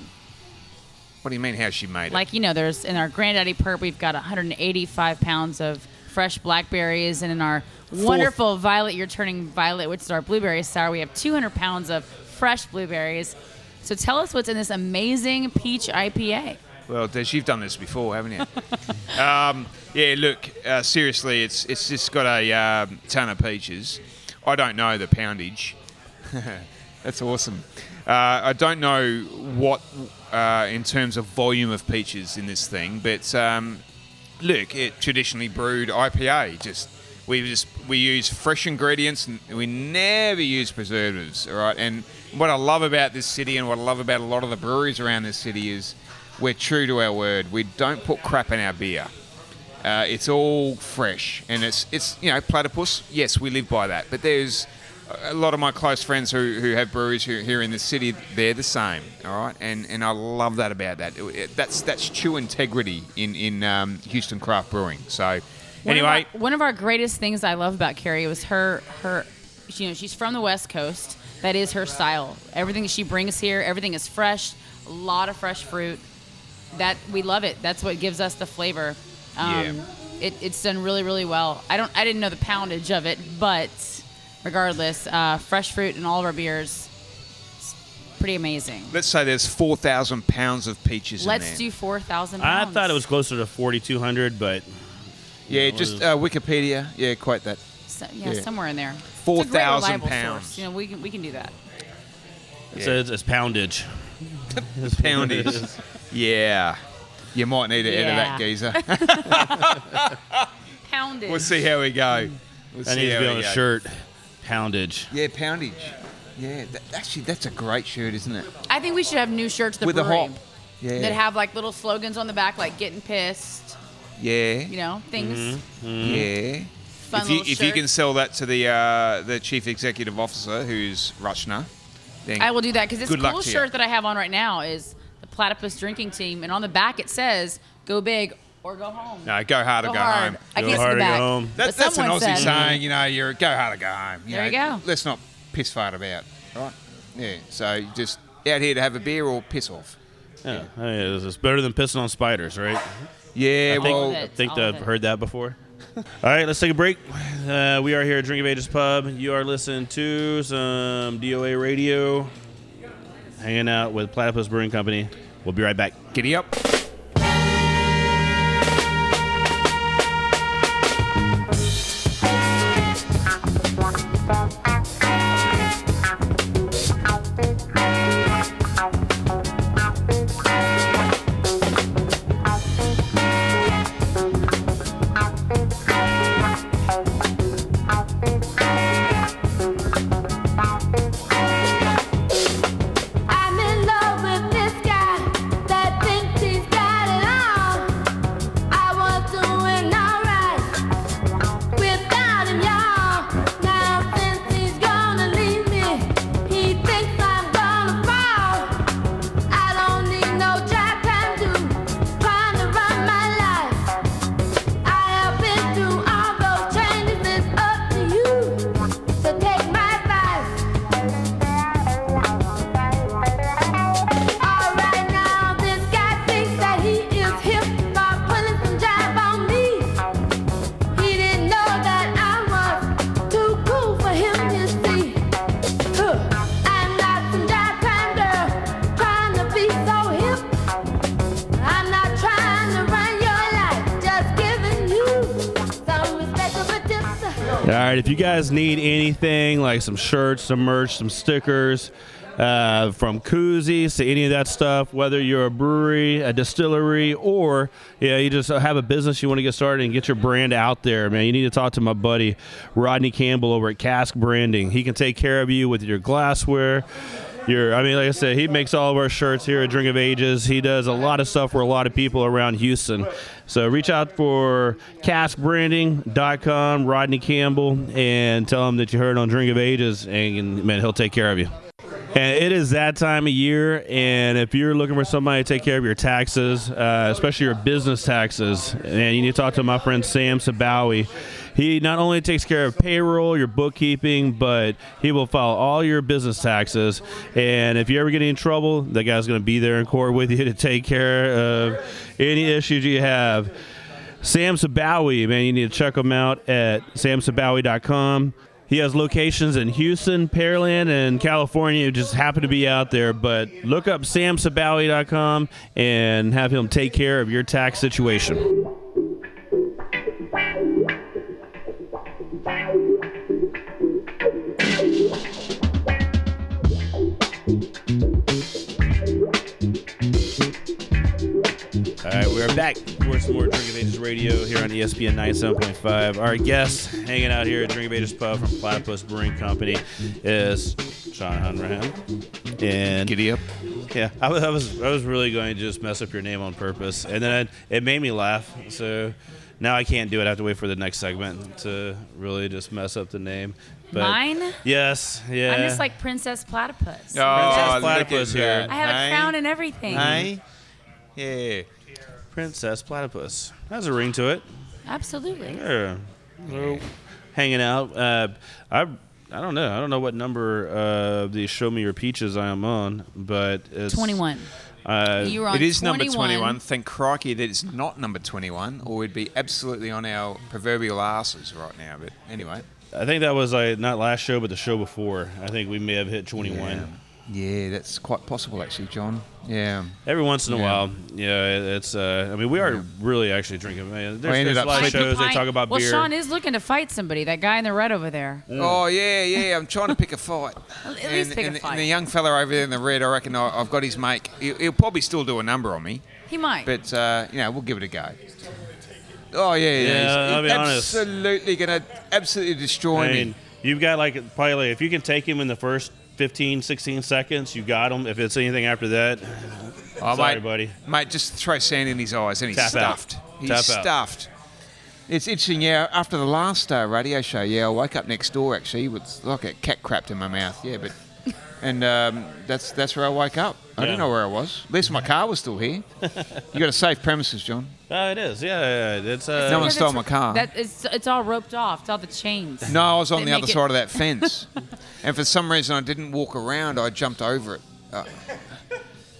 Speaker 8: What do you mean, how she made it?
Speaker 7: Like you know, there's in our granddaddy perp, we've got 185 pounds of fresh blackberries, and in our wonderful violet, you're turning violet, which is our blueberry sour, we have 200 pounds of fresh blueberries. So tell us what's in this amazing peach IPA.
Speaker 8: Well, Des, you've done this before, haven't you? um, yeah, look, uh, seriously, it's it's just got a um, ton of peaches. I don't know the poundage. That's awesome. Uh, I don't know what, uh, in terms of volume of peaches in this thing, but um, look, it traditionally brewed IPA. Just we just we use fresh ingredients and we never use preservatives. All right, and what I love about this city and what I love about a lot of the breweries around this city is we're true to our word. We don't put crap in our beer. Uh, it's all fresh, and it's it's you know platypus. Yes, we live by that. But there's a lot of my close friends who, who have breweries who, here in the city. They're the same, all right. And and I love that about that. It- it- that's that's true integrity in in um, Houston craft brewing. So
Speaker 7: One of
Speaker 8: anyway,
Speaker 7: our- one of our greatest things I love about Carrie was her her, you know, she's from the West Coast. That is her style. Everything she brings here, everything is fresh. A lot of fresh fruit. That we love it. That's what gives us the flavor. Um,
Speaker 8: Yeah.
Speaker 7: it, it's done really really well. I don't I didn't know the poundage of it, but regardless, uh, fresh fruit in all of our beers. It's pretty amazing.
Speaker 8: let's say there's four thousand pounds of peaches.
Speaker 7: Let's
Speaker 8: in there.
Speaker 7: do four thousand.
Speaker 6: I thought it was closer to 4,200, but
Speaker 8: yeah, just uh, Wikipedia. Yeah, quote that.
Speaker 7: yeah,
Speaker 8: yeah.
Speaker 7: somewhere in there. It's a great
Speaker 8: 4,000
Speaker 7: reliable source.
Speaker 8: pounds.
Speaker 7: You know we can we can do that.
Speaker 6: it's, it's, it's poundage. it's
Speaker 8: Poundage. yeah, you might need to edit that geezer.
Speaker 7: Poundage.
Speaker 8: we'll see how we go. We'll
Speaker 6: That
Speaker 8: see
Speaker 6: needs to
Speaker 8: how
Speaker 6: be
Speaker 8: we
Speaker 6: on a
Speaker 8: go.
Speaker 6: shirt. Poundage.
Speaker 8: Yeah, poundage. Yeah, that, actually, that's a great shirt, isn't it?
Speaker 7: I think we should have new shirts at the
Speaker 8: With a
Speaker 7: brewery
Speaker 8: hop. Yeah.
Speaker 7: that have like little slogans on the back, like "Getting pissed,"
Speaker 8: yeah.
Speaker 7: you know, things.
Speaker 8: Yeah.
Speaker 7: Mm-hmm. Fun
Speaker 8: Mm-hmm. if you,
Speaker 7: little
Speaker 8: if you
Speaker 7: shirt.
Speaker 8: can sell that to the uh, the chief executive officer, who's Rushna, then
Speaker 7: I will do that because this
Speaker 8: Good luck
Speaker 7: cool
Speaker 8: to you.
Speaker 7: shirt that I have on right now is the Platypus Drinking Team, and on the back it says "Go big or go home."
Speaker 8: No, go hard or go, home.
Speaker 7: I
Speaker 6: Go
Speaker 7: guess
Speaker 6: hard
Speaker 7: the
Speaker 6: or go
Speaker 7: back.
Speaker 6: home.
Speaker 8: That,
Speaker 7: But
Speaker 8: that's an
Speaker 7: someone
Speaker 8: Aussie
Speaker 7: said-
Speaker 8: saying, you know. You're go hard or go home.
Speaker 7: There you
Speaker 8: know.
Speaker 7: go.
Speaker 8: Let's not piss fart about, right? Yeah. So you just out here to have a beer or piss off.
Speaker 6: Yeah. Oh, yeah, it's- It's better than pissing on spiders, right?
Speaker 8: Yeah.
Speaker 6: I think,
Speaker 8: well,
Speaker 6: I
Speaker 7: it.
Speaker 6: think
Speaker 7: All
Speaker 6: that
Speaker 7: of
Speaker 6: I've
Speaker 7: it.
Speaker 6: heard that before. All right, let's take a break. Uh, we are here at Drink of Ages Pub. You are listening to some DOA radio, hanging out with Platypus Brewing Company. We'll be right back.
Speaker 8: giddy up.
Speaker 11: I'm in love with this guy that thinks he's
Speaker 6: All right, if you guys need anything like some shirts, some merch, some stickers, uh, from koozies to any of that stuff, whether you're a brewery, a distillery, or yeah, you just have a business you want to get started and get your brand out there, man, you need to talk to my buddy Rodney Campbell over at Cask Branding. He can take care of you with your glassware. Your, I mean, like I said, he makes all of our shirts here at Drink of Ages. He does a lot of stuff for a lot of people around Houston. So reach out for caskbranding.com, Rodney Campbell, and tell him that you heard on Drink of Ages, and man, he'll take care of you. And it is that time of year, and if you're looking for somebody to take care of your taxes, uh, especially your business taxes, and you need to talk to my friend Sam Sabawi. He not only takes care of payroll, your bookkeeping, but he will file all your business taxes. And if you ever get in trouble, that guy's going to be there in court with you to take care of any issues you have. Sam Sabawi, man, you need to check him out at samsabawi.com. He has locations in Houston, Pearland, and California. It Just happen to be out there, but look up samsabawi.com and have him take care of your tax situation. All right, we're back for some more Drink of Ages Radio here on E ESPN 97.5. Our guest hanging out here at Drink of Ages Pub from Platypus Brewing Company is Sean Hunrahan. And
Speaker 8: Giddy up.
Speaker 6: yeah, I was, I was I was really going to just mess up your name on purpose, and then it, it made me laugh. So now I can't do it. I have to wait for the next segment to really just mess up the name. But
Speaker 7: Mine?
Speaker 6: Yes. Yeah.
Speaker 7: I'm just like Princess Platypus.
Speaker 8: Oh,
Speaker 6: Princess Platypus
Speaker 8: look at
Speaker 6: here.
Speaker 8: that.
Speaker 7: I have a
Speaker 8: Hey.
Speaker 7: crown and everything.
Speaker 8: Hey? Yeah.
Speaker 6: Princess Platypus. Has a ring to it.
Speaker 7: Absolutely.
Speaker 6: Yeah. Well, Hanging out. Uh, I I don't know. I don't know what number uh, of the Show Me Your Peaches I am on, but it's
Speaker 7: 21.
Speaker 6: Uh,
Speaker 7: you were on
Speaker 8: It is number 21. Thank crikey that it's not number 21, or we'd be absolutely on our proverbial asses right now. But anyway.
Speaker 6: I think that was like not last show, but the show before. I think we may have hit 21.
Speaker 8: Yeah, that's quite possible, actually, John. Yeah.
Speaker 6: Every once in a
Speaker 8: Yeah.
Speaker 6: while, yeah, it- it's. Uh, I mean, we are really actually drinking. Man, there's,
Speaker 8: ended
Speaker 6: there's a
Speaker 8: up
Speaker 6: lot of
Speaker 8: sleeping.
Speaker 6: shows they talk about
Speaker 7: well,
Speaker 6: beer.
Speaker 7: Sean is looking to fight somebody. That guy in the red over there.
Speaker 8: Oh, yeah, yeah. I'm trying to pick a fight.
Speaker 7: At least
Speaker 8: and,
Speaker 7: pick
Speaker 8: and-
Speaker 7: a
Speaker 8: and the
Speaker 7: fight.
Speaker 8: young fella over there in the red, I reckon I, I've got his make. He'll, he'll probably still do a number on me,
Speaker 7: He might.
Speaker 8: but uh, you know we'll give it a go. Oh yeah,
Speaker 6: Yeah,
Speaker 8: yeah, he's-
Speaker 6: I'll be
Speaker 8: he's
Speaker 6: honest.
Speaker 8: absolutely gonna absolutely destroy
Speaker 6: I mean,
Speaker 8: me.
Speaker 6: you've got like probably like, if you can take him in the first 15, 16 seconds, you got him. If it's anything after that,
Speaker 8: Oh,
Speaker 6: sorry,
Speaker 8: mate,
Speaker 6: buddy.
Speaker 8: Mate, just throw sand in his eyes and he's
Speaker 6: Tap out.
Speaker 8: stuffed. He's
Speaker 6: Tap out.
Speaker 8: stuffed. It's interesting, yeah. After the last uh, radio show, yeah, I woke up next door actually with like a cat crapped in my mouth, yeah, but. And um, that's that's where I woke up. I
Speaker 6: Yeah.
Speaker 8: didn't know where I was. At least my car was still here. you got a safe premises, John.
Speaker 6: Uh, it is, yeah, yeah, yeah. It's uh,
Speaker 8: No one
Speaker 7: Because
Speaker 8: stole
Speaker 7: it's-
Speaker 8: my car.
Speaker 7: That it's, it's all roped off. It's all the chains.
Speaker 8: No, I was on
Speaker 7: They
Speaker 8: the
Speaker 7: make
Speaker 8: other
Speaker 7: it-
Speaker 8: side of that fence, and for some reason I didn't walk around. I jumped over it. Uh,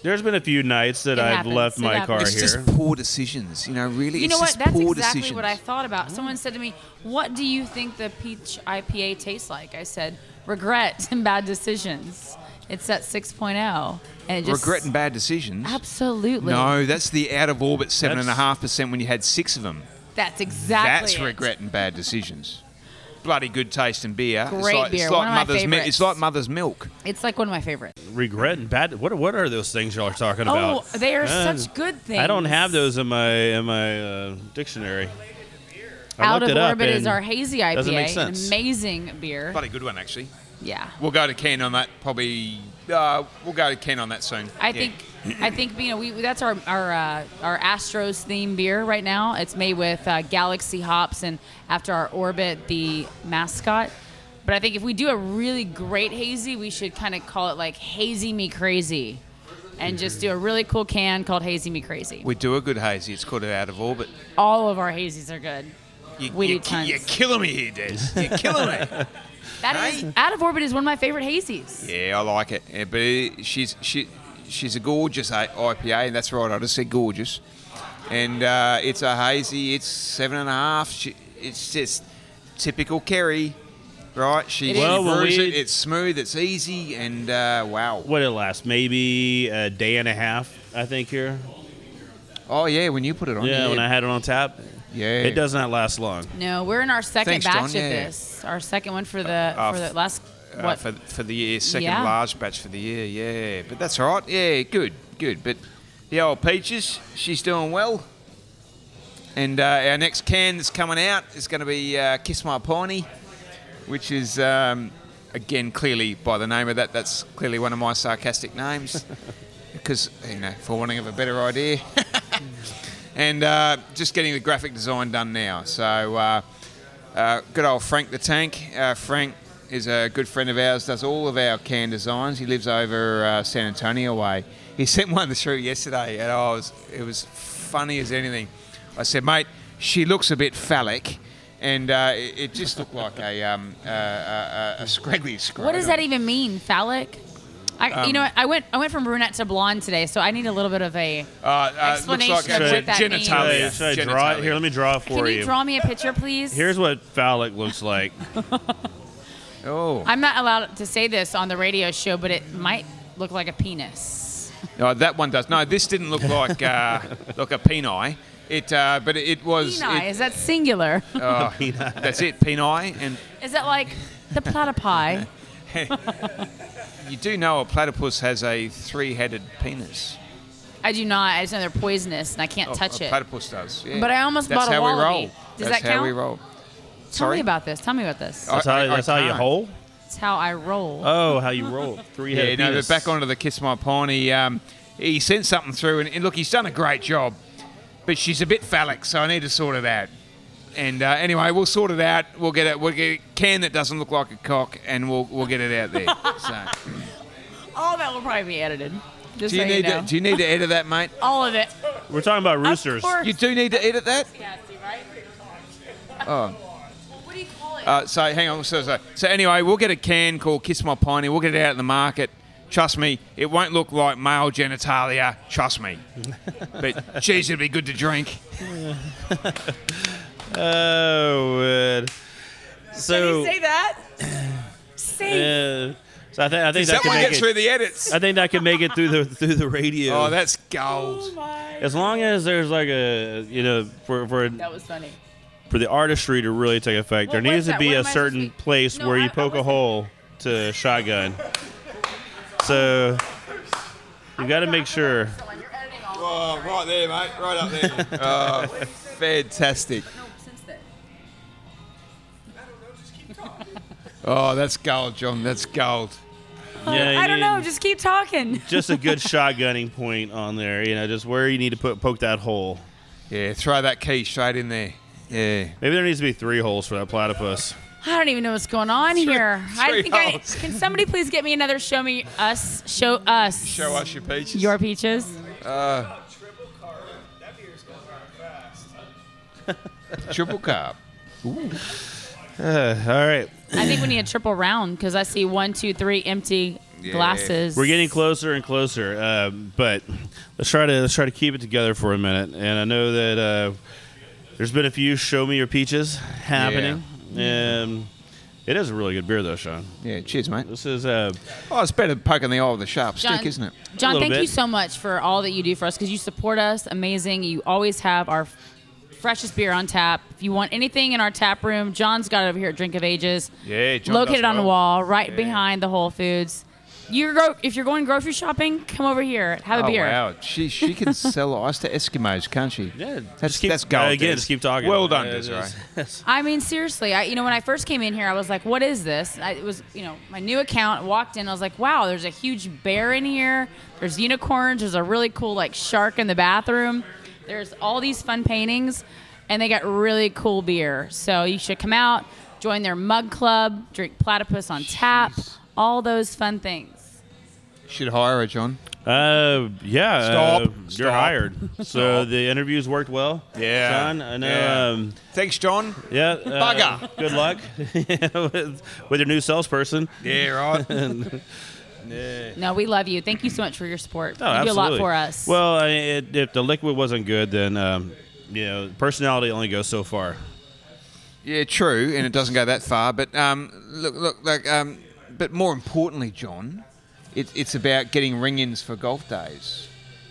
Speaker 6: There's been a few nights that
Speaker 7: It
Speaker 6: I've
Speaker 7: happens.
Speaker 6: left
Speaker 7: It
Speaker 6: my car
Speaker 8: it's
Speaker 6: here.
Speaker 8: just poor decisions, you know. Really,
Speaker 7: You
Speaker 8: it's
Speaker 7: know what?
Speaker 8: just
Speaker 7: That's
Speaker 8: poor
Speaker 7: exactly
Speaker 8: decisions. Oh.
Speaker 7: what I thought about. Someone said to me, "What do you think the peach IPA tastes like?" I said, "Regret and bad decisions." It's at 6.0, oh, and it just
Speaker 8: Regret and bad decisions.
Speaker 7: Absolutely.
Speaker 8: No, that's the out of orbit seven and a
Speaker 6: That's-
Speaker 8: half percent when you had six of them.
Speaker 7: That's exactly.
Speaker 8: that's
Speaker 7: it.
Speaker 8: regret and bad decisions. Bloody good taste in beer.
Speaker 7: Great
Speaker 8: it's like,
Speaker 7: beer,
Speaker 8: It's like
Speaker 7: one of my
Speaker 8: mother's milk.
Speaker 7: favourites.
Speaker 8: It's like mother's milk.
Speaker 7: It's like one of my favorites.
Speaker 6: Regret and bad. What what are those things y'all are talking about?
Speaker 7: Oh, they are
Speaker 6: Uh,
Speaker 7: such good things.
Speaker 6: I don't have those in my in my uh, dictionary. I
Speaker 7: Out
Speaker 6: looked
Speaker 7: of
Speaker 6: it up
Speaker 7: orbit is
Speaker 6: and-
Speaker 7: our hazy IPA.
Speaker 6: doesn't make
Speaker 7: an
Speaker 6: sense.
Speaker 7: Amazing beer.
Speaker 8: Bloody good one, actually.
Speaker 7: Yeah.
Speaker 8: We'll go to Ken on that probably. Uh, we'll go to Ken on that soon.
Speaker 7: I
Speaker 8: Yeah.
Speaker 7: think I think you know we that's our our uh, our Astros theme beer right now. It's made with uh, Galaxy hops and after our orbit the mascot. But I think if we do a really great hazy, we should kind of call it like Hazy Me Crazy, and just do a really cool can called Hazy Me Crazy.
Speaker 8: we do a good hazy. It's called it out of orbit.
Speaker 7: All of our hazies are good.
Speaker 8: You,
Speaker 7: We
Speaker 8: you,
Speaker 7: do tons.
Speaker 8: You're killing me here, Des. You're killing me.
Speaker 7: That is out of orbit is one of my favorite hazies.
Speaker 8: yeah, I like it. Yeah, but it- she's she she's a gorgeous I- IPA, and that's right. I just said gorgeous. And uh, it's a hazy. It's seven and a half. She, it's just typical Kerry, right? She,
Speaker 7: It is.
Speaker 8: she
Speaker 6: Well,
Speaker 8: brews
Speaker 6: we-
Speaker 8: it. It's smooth. It's easy. And uh, wow.
Speaker 6: What did it last? Maybe a day and a half, I think. Here,
Speaker 8: Oh yeah, when you put it on.
Speaker 6: Yeah, when I had it on tap.
Speaker 8: Yeah.
Speaker 6: It does not last long.
Speaker 7: No, we're in our second
Speaker 8: Thanks,
Speaker 7: batch
Speaker 8: John.
Speaker 7: of
Speaker 8: Yeah, yeah.
Speaker 7: this. Our second one for the
Speaker 8: Uh,
Speaker 7: for
Speaker 8: f-
Speaker 7: the last
Speaker 8: Uh,
Speaker 7: what?
Speaker 8: for for the year, second
Speaker 7: Yeah.
Speaker 8: large batch for the year. Yeah, but that's all right. Yeah, good, good. But the old peaches, she's doing well. And uh, our next can that's coming out is going to be uh, Kiss My Piney, which is um, again clearly by the name of that. That's clearly one of my sarcastic names, because you know, for wanting of a better idea. and uh, just getting the graphic design done now. So, uh, uh, good old Frank the Tank. Uh, Frank is a good friend of ours, does all of our can designs. He lives over uh, San Antonio way. He sent one through yesterday, and I was, it was funny as anything. I said, mate, she looks a bit phallic. And uh, it, it just looked like a, um, uh, a, a scraggly scrotum.
Speaker 7: What does that e- even mean? Phallic? I,
Speaker 8: Um,
Speaker 7: you know, what? I went I went from brunette to blonde today, so I need a little bit of a.
Speaker 8: Uh, uh, it looks
Speaker 7: Explanation
Speaker 8: like
Speaker 7: of
Speaker 8: a
Speaker 7: what that
Speaker 8: genitalia.
Speaker 7: means.
Speaker 6: Should I draw it? Here, let me draw it
Speaker 7: Can
Speaker 6: for
Speaker 7: you, draw me a picture, please?
Speaker 6: Here's what phallic looks like.
Speaker 8: Oh.
Speaker 7: I'm not allowed to say this on the radio show, but it might look like a penis.
Speaker 8: No, Uh, that one does. No, this didn't look like uh, like a peni. It, uh, but it was.
Speaker 7: Peni?
Speaker 8: it-
Speaker 7: Is that singular?
Speaker 8: oh, That's it, peni. And
Speaker 7: Is that like the platypi?
Speaker 8: you do know a platypus has a three-headed penis.
Speaker 7: I do not. I just know they're poisonous, and I can't
Speaker 8: Oh,
Speaker 7: touch
Speaker 8: a
Speaker 7: it.
Speaker 8: Platypus does. yeah.
Speaker 7: But I almost
Speaker 8: that's
Speaker 7: bought a
Speaker 8: how we
Speaker 7: wallaby.
Speaker 8: roll.
Speaker 7: Does
Speaker 8: that's
Speaker 7: that
Speaker 8: how we
Speaker 7: count?
Speaker 8: roll.
Speaker 7: Tell
Speaker 8: Sorry? Oh.
Speaker 7: me about this. Tell me about this.
Speaker 8: I-
Speaker 6: That's how,
Speaker 8: I- I
Speaker 6: that's how you
Speaker 8: can't.
Speaker 6: hole?
Speaker 7: That's how I roll.
Speaker 8: Uh,
Speaker 6: Oh, how you roll. Three
Speaker 8: Yeah,
Speaker 6: headed
Speaker 8: no, but back onto the kiss my pony. Um, he sent something through, and, and look, he's done a great job, but she's a bit phallic, so I need to sort it out. And uh, anyway, we'll sort it out. We'll get it. We'll get a can that doesn't look like a cock, and we'll we'll get it out there. So,
Speaker 7: All that will probably be edited. Just
Speaker 8: do you
Speaker 7: so
Speaker 8: need
Speaker 7: you know.
Speaker 8: to, do you need to edit that, mate?
Speaker 7: All of it.
Speaker 6: We're talking about roosters.
Speaker 7: Of course.
Speaker 8: You do need to edit that. Oh.
Speaker 7: What do you call it?
Speaker 8: Uh, so hang on. So, so, so anyway, we'll get a can called Kiss My Piney. We'll get it out in the market. Trust me, it won't look like male genitalia. Trust me. but geez, it'd be good to drink.
Speaker 6: Oh, would. So,
Speaker 7: say that? say
Speaker 6: uh, so I, th- I think that
Speaker 8: That
Speaker 6: can
Speaker 8: one
Speaker 6: make
Speaker 8: gets through
Speaker 6: it.
Speaker 8: the edits.
Speaker 6: I think that can make it through the through the radio.
Speaker 8: Oh, that's gold.
Speaker 6: as long as there's like a you know for for
Speaker 7: that was funny.
Speaker 6: for the artistry to really take effect,
Speaker 7: Well,
Speaker 6: there
Speaker 7: what's
Speaker 6: needs to
Speaker 7: that?
Speaker 6: be
Speaker 7: What
Speaker 6: a
Speaker 7: am I supposed
Speaker 6: certain
Speaker 7: to be-
Speaker 6: place
Speaker 7: No,
Speaker 6: where
Speaker 7: I-
Speaker 6: you
Speaker 7: I
Speaker 6: poke a
Speaker 7: wasn't-
Speaker 6: hole to shotgun. So you got to make sure.
Speaker 8: Oh, right there, mate. Right up there. oh, fantastic. Oh, that's gold, John. That's gold.
Speaker 6: Yeah, you
Speaker 7: I don't
Speaker 6: need
Speaker 7: know. Just keep talking.
Speaker 6: just a good shotgunning point on there. You know, just where you need to put poke that hole.
Speaker 8: Yeah, throw that key straight in there. Yeah.
Speaker 6: Maybe there needs to be three holes for that platypus.
Speaker 7: I don't even know what's going on here. I
Speaker 8: three
Speaker 7: think I,
Speaker 8: hours.
Speaker 7: can somebody please get me another show me us show us
Speaker 8: Show us your peaches.
Speaker 7: your peaches.
Speaker 8: triple carb.
Speaker 6: Uh, all right,
Speaker 7: I think we need a triple round because I see one, two, three empty
Speaker 8: Yeah.
Speaker 7: glasses.
Speaker 6: we're getting closer and closer. Um, but let's try to let's try to keep it together for a minute. And I know that uh, there's been a few show me your peaches happening. Um, it is a really good beer though, Sean.
Speaker 8: Yeah, cheers, mate.
Speaker 6: This is uh,
Speaker 8: Oh, it's better poking the eye with a sharp stick, isn't it?
Speaker 7: John,
Speaker 6: little
Speaker 7: thank
Speaker 6: bit.
Speaker 7: you so much for all that you do for us because you support us. Amazing. You always have our freshest beer on tap. If you want anything in our tap room, John's got it over here at Drink of Ages.
Speaker 8: Yeah, John
Speaker 7: Located
Speaker 8: does
Speaker 7: on the
Speaker 8: well.
Speaker 7: wall, right
Speaker 8: Yeah.
Speaker 7: behind the Whole Foods. You're go- if you're going grocery shopping, come over here. Have a
Speaker 8: Oh
Speaker 7: beer.
Speaker 8: wow, she she can sell ice to Eskimos, can't she?
Speaker 6: yeah,
Speaker 8: that's
Speaker 6: just keep,
Speaker 8: that's gold.
Speaker 6: uh, again.
Speaker 8: Des.
Speaker 6: Just keep talking.
Speaker 8: Well done,
Speaker 6: Uh,
Speaker 8: Des.
Speaker 6: just-
Speaker 7: I mean, seriously, I, you know, when I first came in here, I was like, what is this? I, it was, you know, my new account. Walked in, I was like, wow, there's a huge bear in here. There's unicorns. There's a really cool, like, shark in the bathroom. There's all these fun paintings, and they got really cool beer. So you should come out, join their mug club, drink platypus on tap, all those fun things.
Speaker 8: Should hire her, John.
Speaker 6: Uh, yeah.
Speaker 8: Stop.
Speaker 6: uh, You're
Speaker 8: Stop.
Speaker 6: hired. So the interviews worked well.
Speaker 8: Yeah.
Speaker 6: John, I know.
Speaker 8: Yeah.
Speaker 6: Um,
Speaker 8: Thanks, John.
Speaker 6: yeah. uh,
Speaker 8: Bugger.
Speaker 6: Good luck with, with your new salesperson.
Speaker 8: Yeah, right.
Speaker 7: No, we love you. Thank you so much for your support. you do
Speaker 6: No,
Speaker 7: a
Speaker 6: Oh, absolutely.
Speaker 7: lot for us.
Speaker 6: Well, I, it, if the liquid wasn't good, then um, you know, personality only goes so far.
Speaker 8: yeah, true, and it doesn't go that far. But um, look, look, like, um, but more importantly, John, it, it's about getting ring-ins for golf days.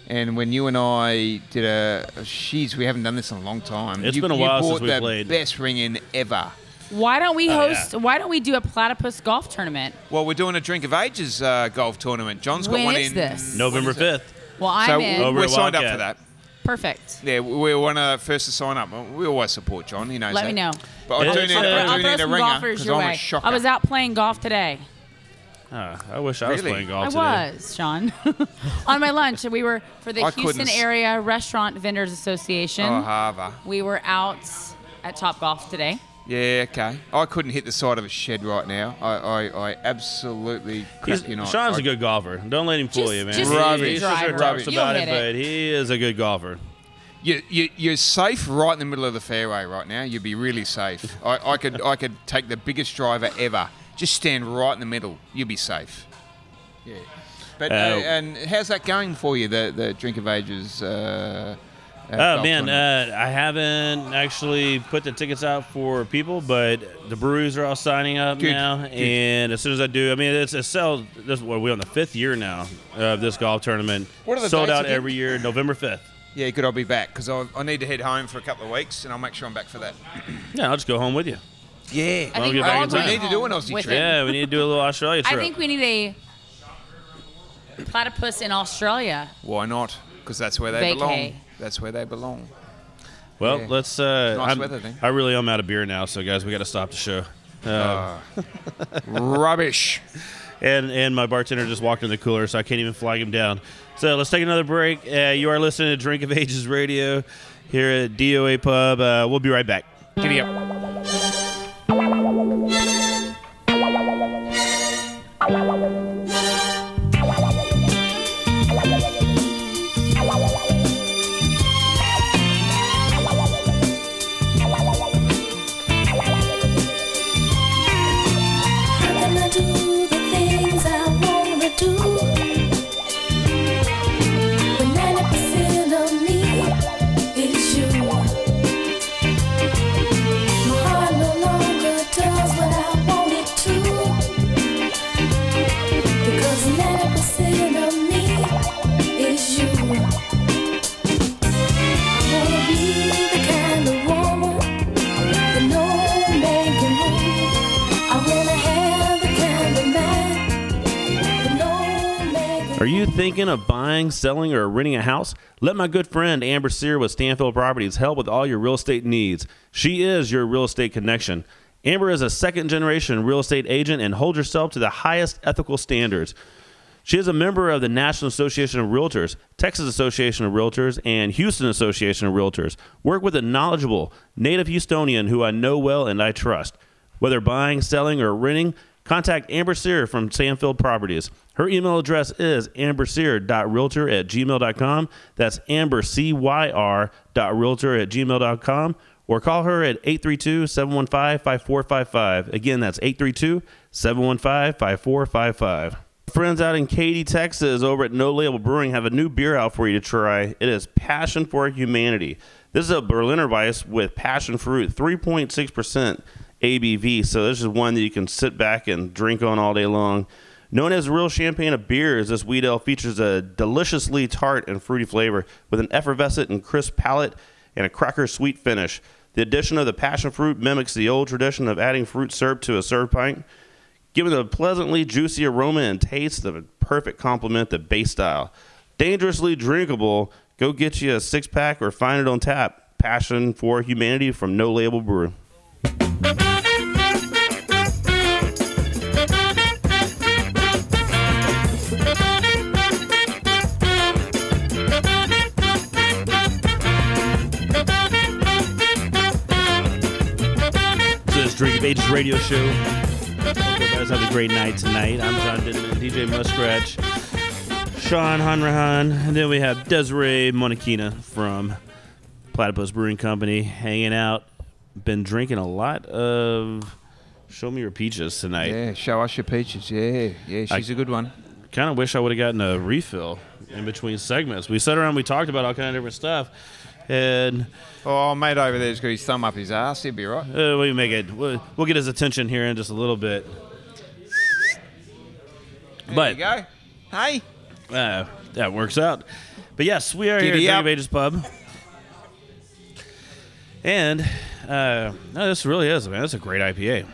Speaker 8: And when you and I did a, jeez, we haven't done this in a long time.
Speaker 6: It's
Speaker 8: you,
Speaker 6: been a
Speaker 8: you
Speaker 6: while since
Speaker 8: bought
Speaker 6: we
Speaker 8: the
Speaker 6: played.
Speaker 8: Best ring in ever.
Speaker 7: Why don't we
Speaker 6: Oh,
Speaker 7: host?
Speaker 6: yeah.
Speaker 7: Why don't we do a platypus golf tournament?
Speaker 8: Well, we're doing a Drink of Ages uh, golf tournament. John's got
Speaker 7: When
Speaker 8: one
Speaker 7: is
Speaker 8: in
Speaker 7: this?
Speaker 6: November
Speaker 8: what is it?
Speaker 6: 5th.
Speaker 7: Well, I'm
Speaker 8: So
Speaker 7: in.
Speaker 6: Oh, Over
Speaker 8: we're
Speaker 6: at
Speaker 8: signed up
Speaker 6: Wildcat.
Speaker 8: for that.
Speaker 7: Perfect.
Speaker 8: Yeah, we were one of the first to sign up. We always support John. He knows
Speaker 7: Let
Speaker 8: that.
Speaker 7: me know.
Speaker 8: But I
Speaker 6: It's,
Speaker 8: do need,
Speaker 6: uh,
Speaker 8: I
Speaker 7: I'll
Speaker 8: do
Speaker 7: throw
Speaker 8: need a
Speaker 7: some
Speaker 8: ringer
Speaker 7: golfers
Speaker 8: because
Speaker 7: your
Speaker 8: I'm
Speaker 7: way.
Speaker 8: a shocker.
Speaker 7: I was out playing golf today.
Speaker 6: Ah, I wish I was
Speaker 8: Really?
Speaker 6: playing golf today.
Speaker 7: I was, Sean. On my lunch, we were for the
Speaker 8: I
Speaker 7: Houston
Speaker 8: couldn't s-
Speaker 7: Area Restaurant Vendors Association.
Speaker 8: Oh, Harvard.
Speaker 7: We were out at Top Golf today.
Speaker 8: Yeah, okay. I couldn't hit the side of a shed right now. I, I, I absolutely
Speaker 6: He's,
Speaker 8: crap you know.
Speaker 6: Sean's
Speaker 8: I-
Speaker 6: a good golfer. Don't let him fool
Speaker 7: Just-
Speaker 6: you, man.
Speaker 7: just
Speaker 6: He-
Speaker 8: Rubbish.
Speaker 6: He sure
Speaker 7: driver.
Speaker 6: talks
Speaker 7: You'll
Speaker 6: about it,
Speaker 7: hit it.
Speaker 6: but he is a good golfer.
Speaker 8: You, you, you're safe right in the middle of the fairway right now. You'd be really safe. I, I could I could take the biggest driver ever. Just stand right in the middle. You'd be safe. Yeah. But uh,
Speaker 6: Uh,
Speaker 8: and how's that going for you? The the drink of ages. Uh, uh,
Speaker 6: Oh
Speaker 8: golf
Speaker 6: man,
Speaker 8: tournament?
Speaker 6: uh, I haven't actually put the tickets out for people, but the breweries are all signing up
Speaker 8: Good,
Speaker 6: now.
Speaker 8: good.
Speaker 6: And as soon as I do, I mean, it's a sell. This well, we're on the fifth year now of this golf tournament.
Speaker 8: What are the
Speaker 6: sold
Speaker 8: dates
Speaker 6: out
Speaker 8: again?
Speaker 6: every year, November fifth.
Speaker 8: yeah, good. I'll be back because I, I need to head home for a couple of weeks, and I'll make sure I'm back for that.
Speaker 6: Yeah, I'll just go home with you.
Speaker 7: I
Speaker 8: Yeah.
Speaker 6: Well,
Speaker 7: think
Speaker 6: get
Speaker 7: we're
Speaker 6: back
Speaker 7: all
Speaker 6: in time.
Speaker 7: going
Speaker 6: We need
Speaker 8: to do an
Speaker 7: home
Speaker 8: Aussie
Speaker 7: with
Speaker 8: trip.
Speaker 7: it.
Speaker 6: Yeah, we need to do a little Australia
Speaker 7: I
Speaker 6: trip.
Speaker 7: think we need a platypus in Australia.
Speaker 8: Why not? Because that's where
Speaker 7: Vacay.
Speaker 8: they belong. That's where they belong.
Speaker 6: well,
Speaker 8: yeah.
Speaker 6: let's. Uh,
Speaker 8: Nice
Speaker 6: I'm-
Speaker 8: weather then.
Speaker 6: I really am out of beer now, so guys, we got to stop the show. Um,
Speaker 8: Rubbish.
Speaker 6: and and my bartender just walked in the cooler, so I can't even flag him down. So let's take another break. Uh, you are listening to Drink of Ages Radio here at DOA Pub. Uh, we'll be right back.
Speaker 8: Giddy up.
Speaker 11: I'm gonna do the things I wanna do. When 90% of me is you. My heart no longer does what I want it to. Because 90% of me is you. I wanna be the kind of woman that no man can woo. I wanna have the kind of man that no man can
Speaker 6: Are you thinking of buying, selling, or renting a house? Let my good friend Amber Sear with Stanfield Properties help with all your real estate needs. She is your real estate connection. Amber is a second generation real estate agent and holds herself to the highest ethical standards. She is a member of the National Association of Realtors, Texas Association of Realtors, and Houston Association of Realtors. Work with a knowledgeable native Houstonian who I know well and I trust. Whether buying, selling, or renting, contact Amber Sear from Sandfield Properties. Her email address is ambersear.realtor at gmail.com. That's ambercyr.realtor at gmail.com. Or call her at 832 715 5455. Again, that's 832 715 5455. Friends out in Katy, Texas, over at No Label Brewing, have a new beer out for you to try. It is Passion for Humanity. This is a Berliner Weiss with passion fruit, 3.6% ABV. So this is one that you can sit back and drink on all day long. Known as the real champagne of beers, this wheat ale features a deliciously tart and fruity flavor with an effervescent and crisp palate and a cracker sweet finish. The addition of the passion fruit mimics the old tradition of adding fruit syrup to a serve pint giving the pleasantly juicy aroma and taste the perfect complement to base style. Dangerously drinkable, go get you a six pack or find it on tap. Passion for Humanity from No Label Brew. So it's Drink of Ages Radio Show. Hope you guys have a great night tonight. I'm John Denman, DJ Muskratch, Sean Hanrahan, and then we have Desiree Monachina from Platypus Brewing Company hanging out. Been drinking a lot of Show Me Your Peaches tonight.
Speaker 8: Yeah, show us your peaches. Yeah, yeah, she's a good one.
Speaker 6: kind of wish I would have gotten a refill in between segments. We sat around, we talked about all kind of different stuff, and
Speaker 8: Oh, mate over there's got his thumb up his ass. He'll be right.
Speaker 6: uh, we make it. We'll, we'll get his attention here in just a little bit.
Speaker 8: There
Speaker 6: But
Speaker 8: you go. Hey.
Speaker 6: uh, that works out. But yes, we are here
Speaker 8: Giddy
Speaker 6: at
Speaker 8: up.
Speaker 6: Drink of Ages Pub. And uh, no, this really is, man. That's a great IPA.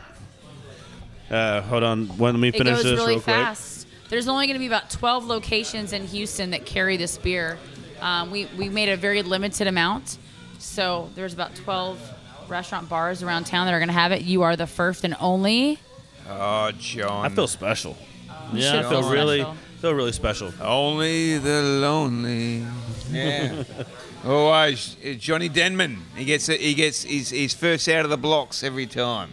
Speaker 6: Uh, hold on, one- let me
Speaker 7: It
Speaker 6: finish
Speaker 7: goes
Speaker 6: this
Speaker 7: really
Speaker 6: real quick.
Speaker 7: fast. There's only going to be about 12 locations in Houston that carry this beer. Um, we, we made a very limited amount. So there's about 12 restaurant bars around town that are going to have it. You are the first and only.
Speaker 8: Oh, John.
Speaker 6: I feel special.
Speaker 7: You
Speaker 6: Yeah,
Speaker 7: should
Speaker 6: I feel
Speaker 7: feel
Speaker 6: really,
Speaker 7: special.
Speaker 6: feel really special.
Speaker 8: Only the lonely. Yeah. oh, I, Johnny Denman. He gets it. He gets. He's, he's first out of the blocks every time.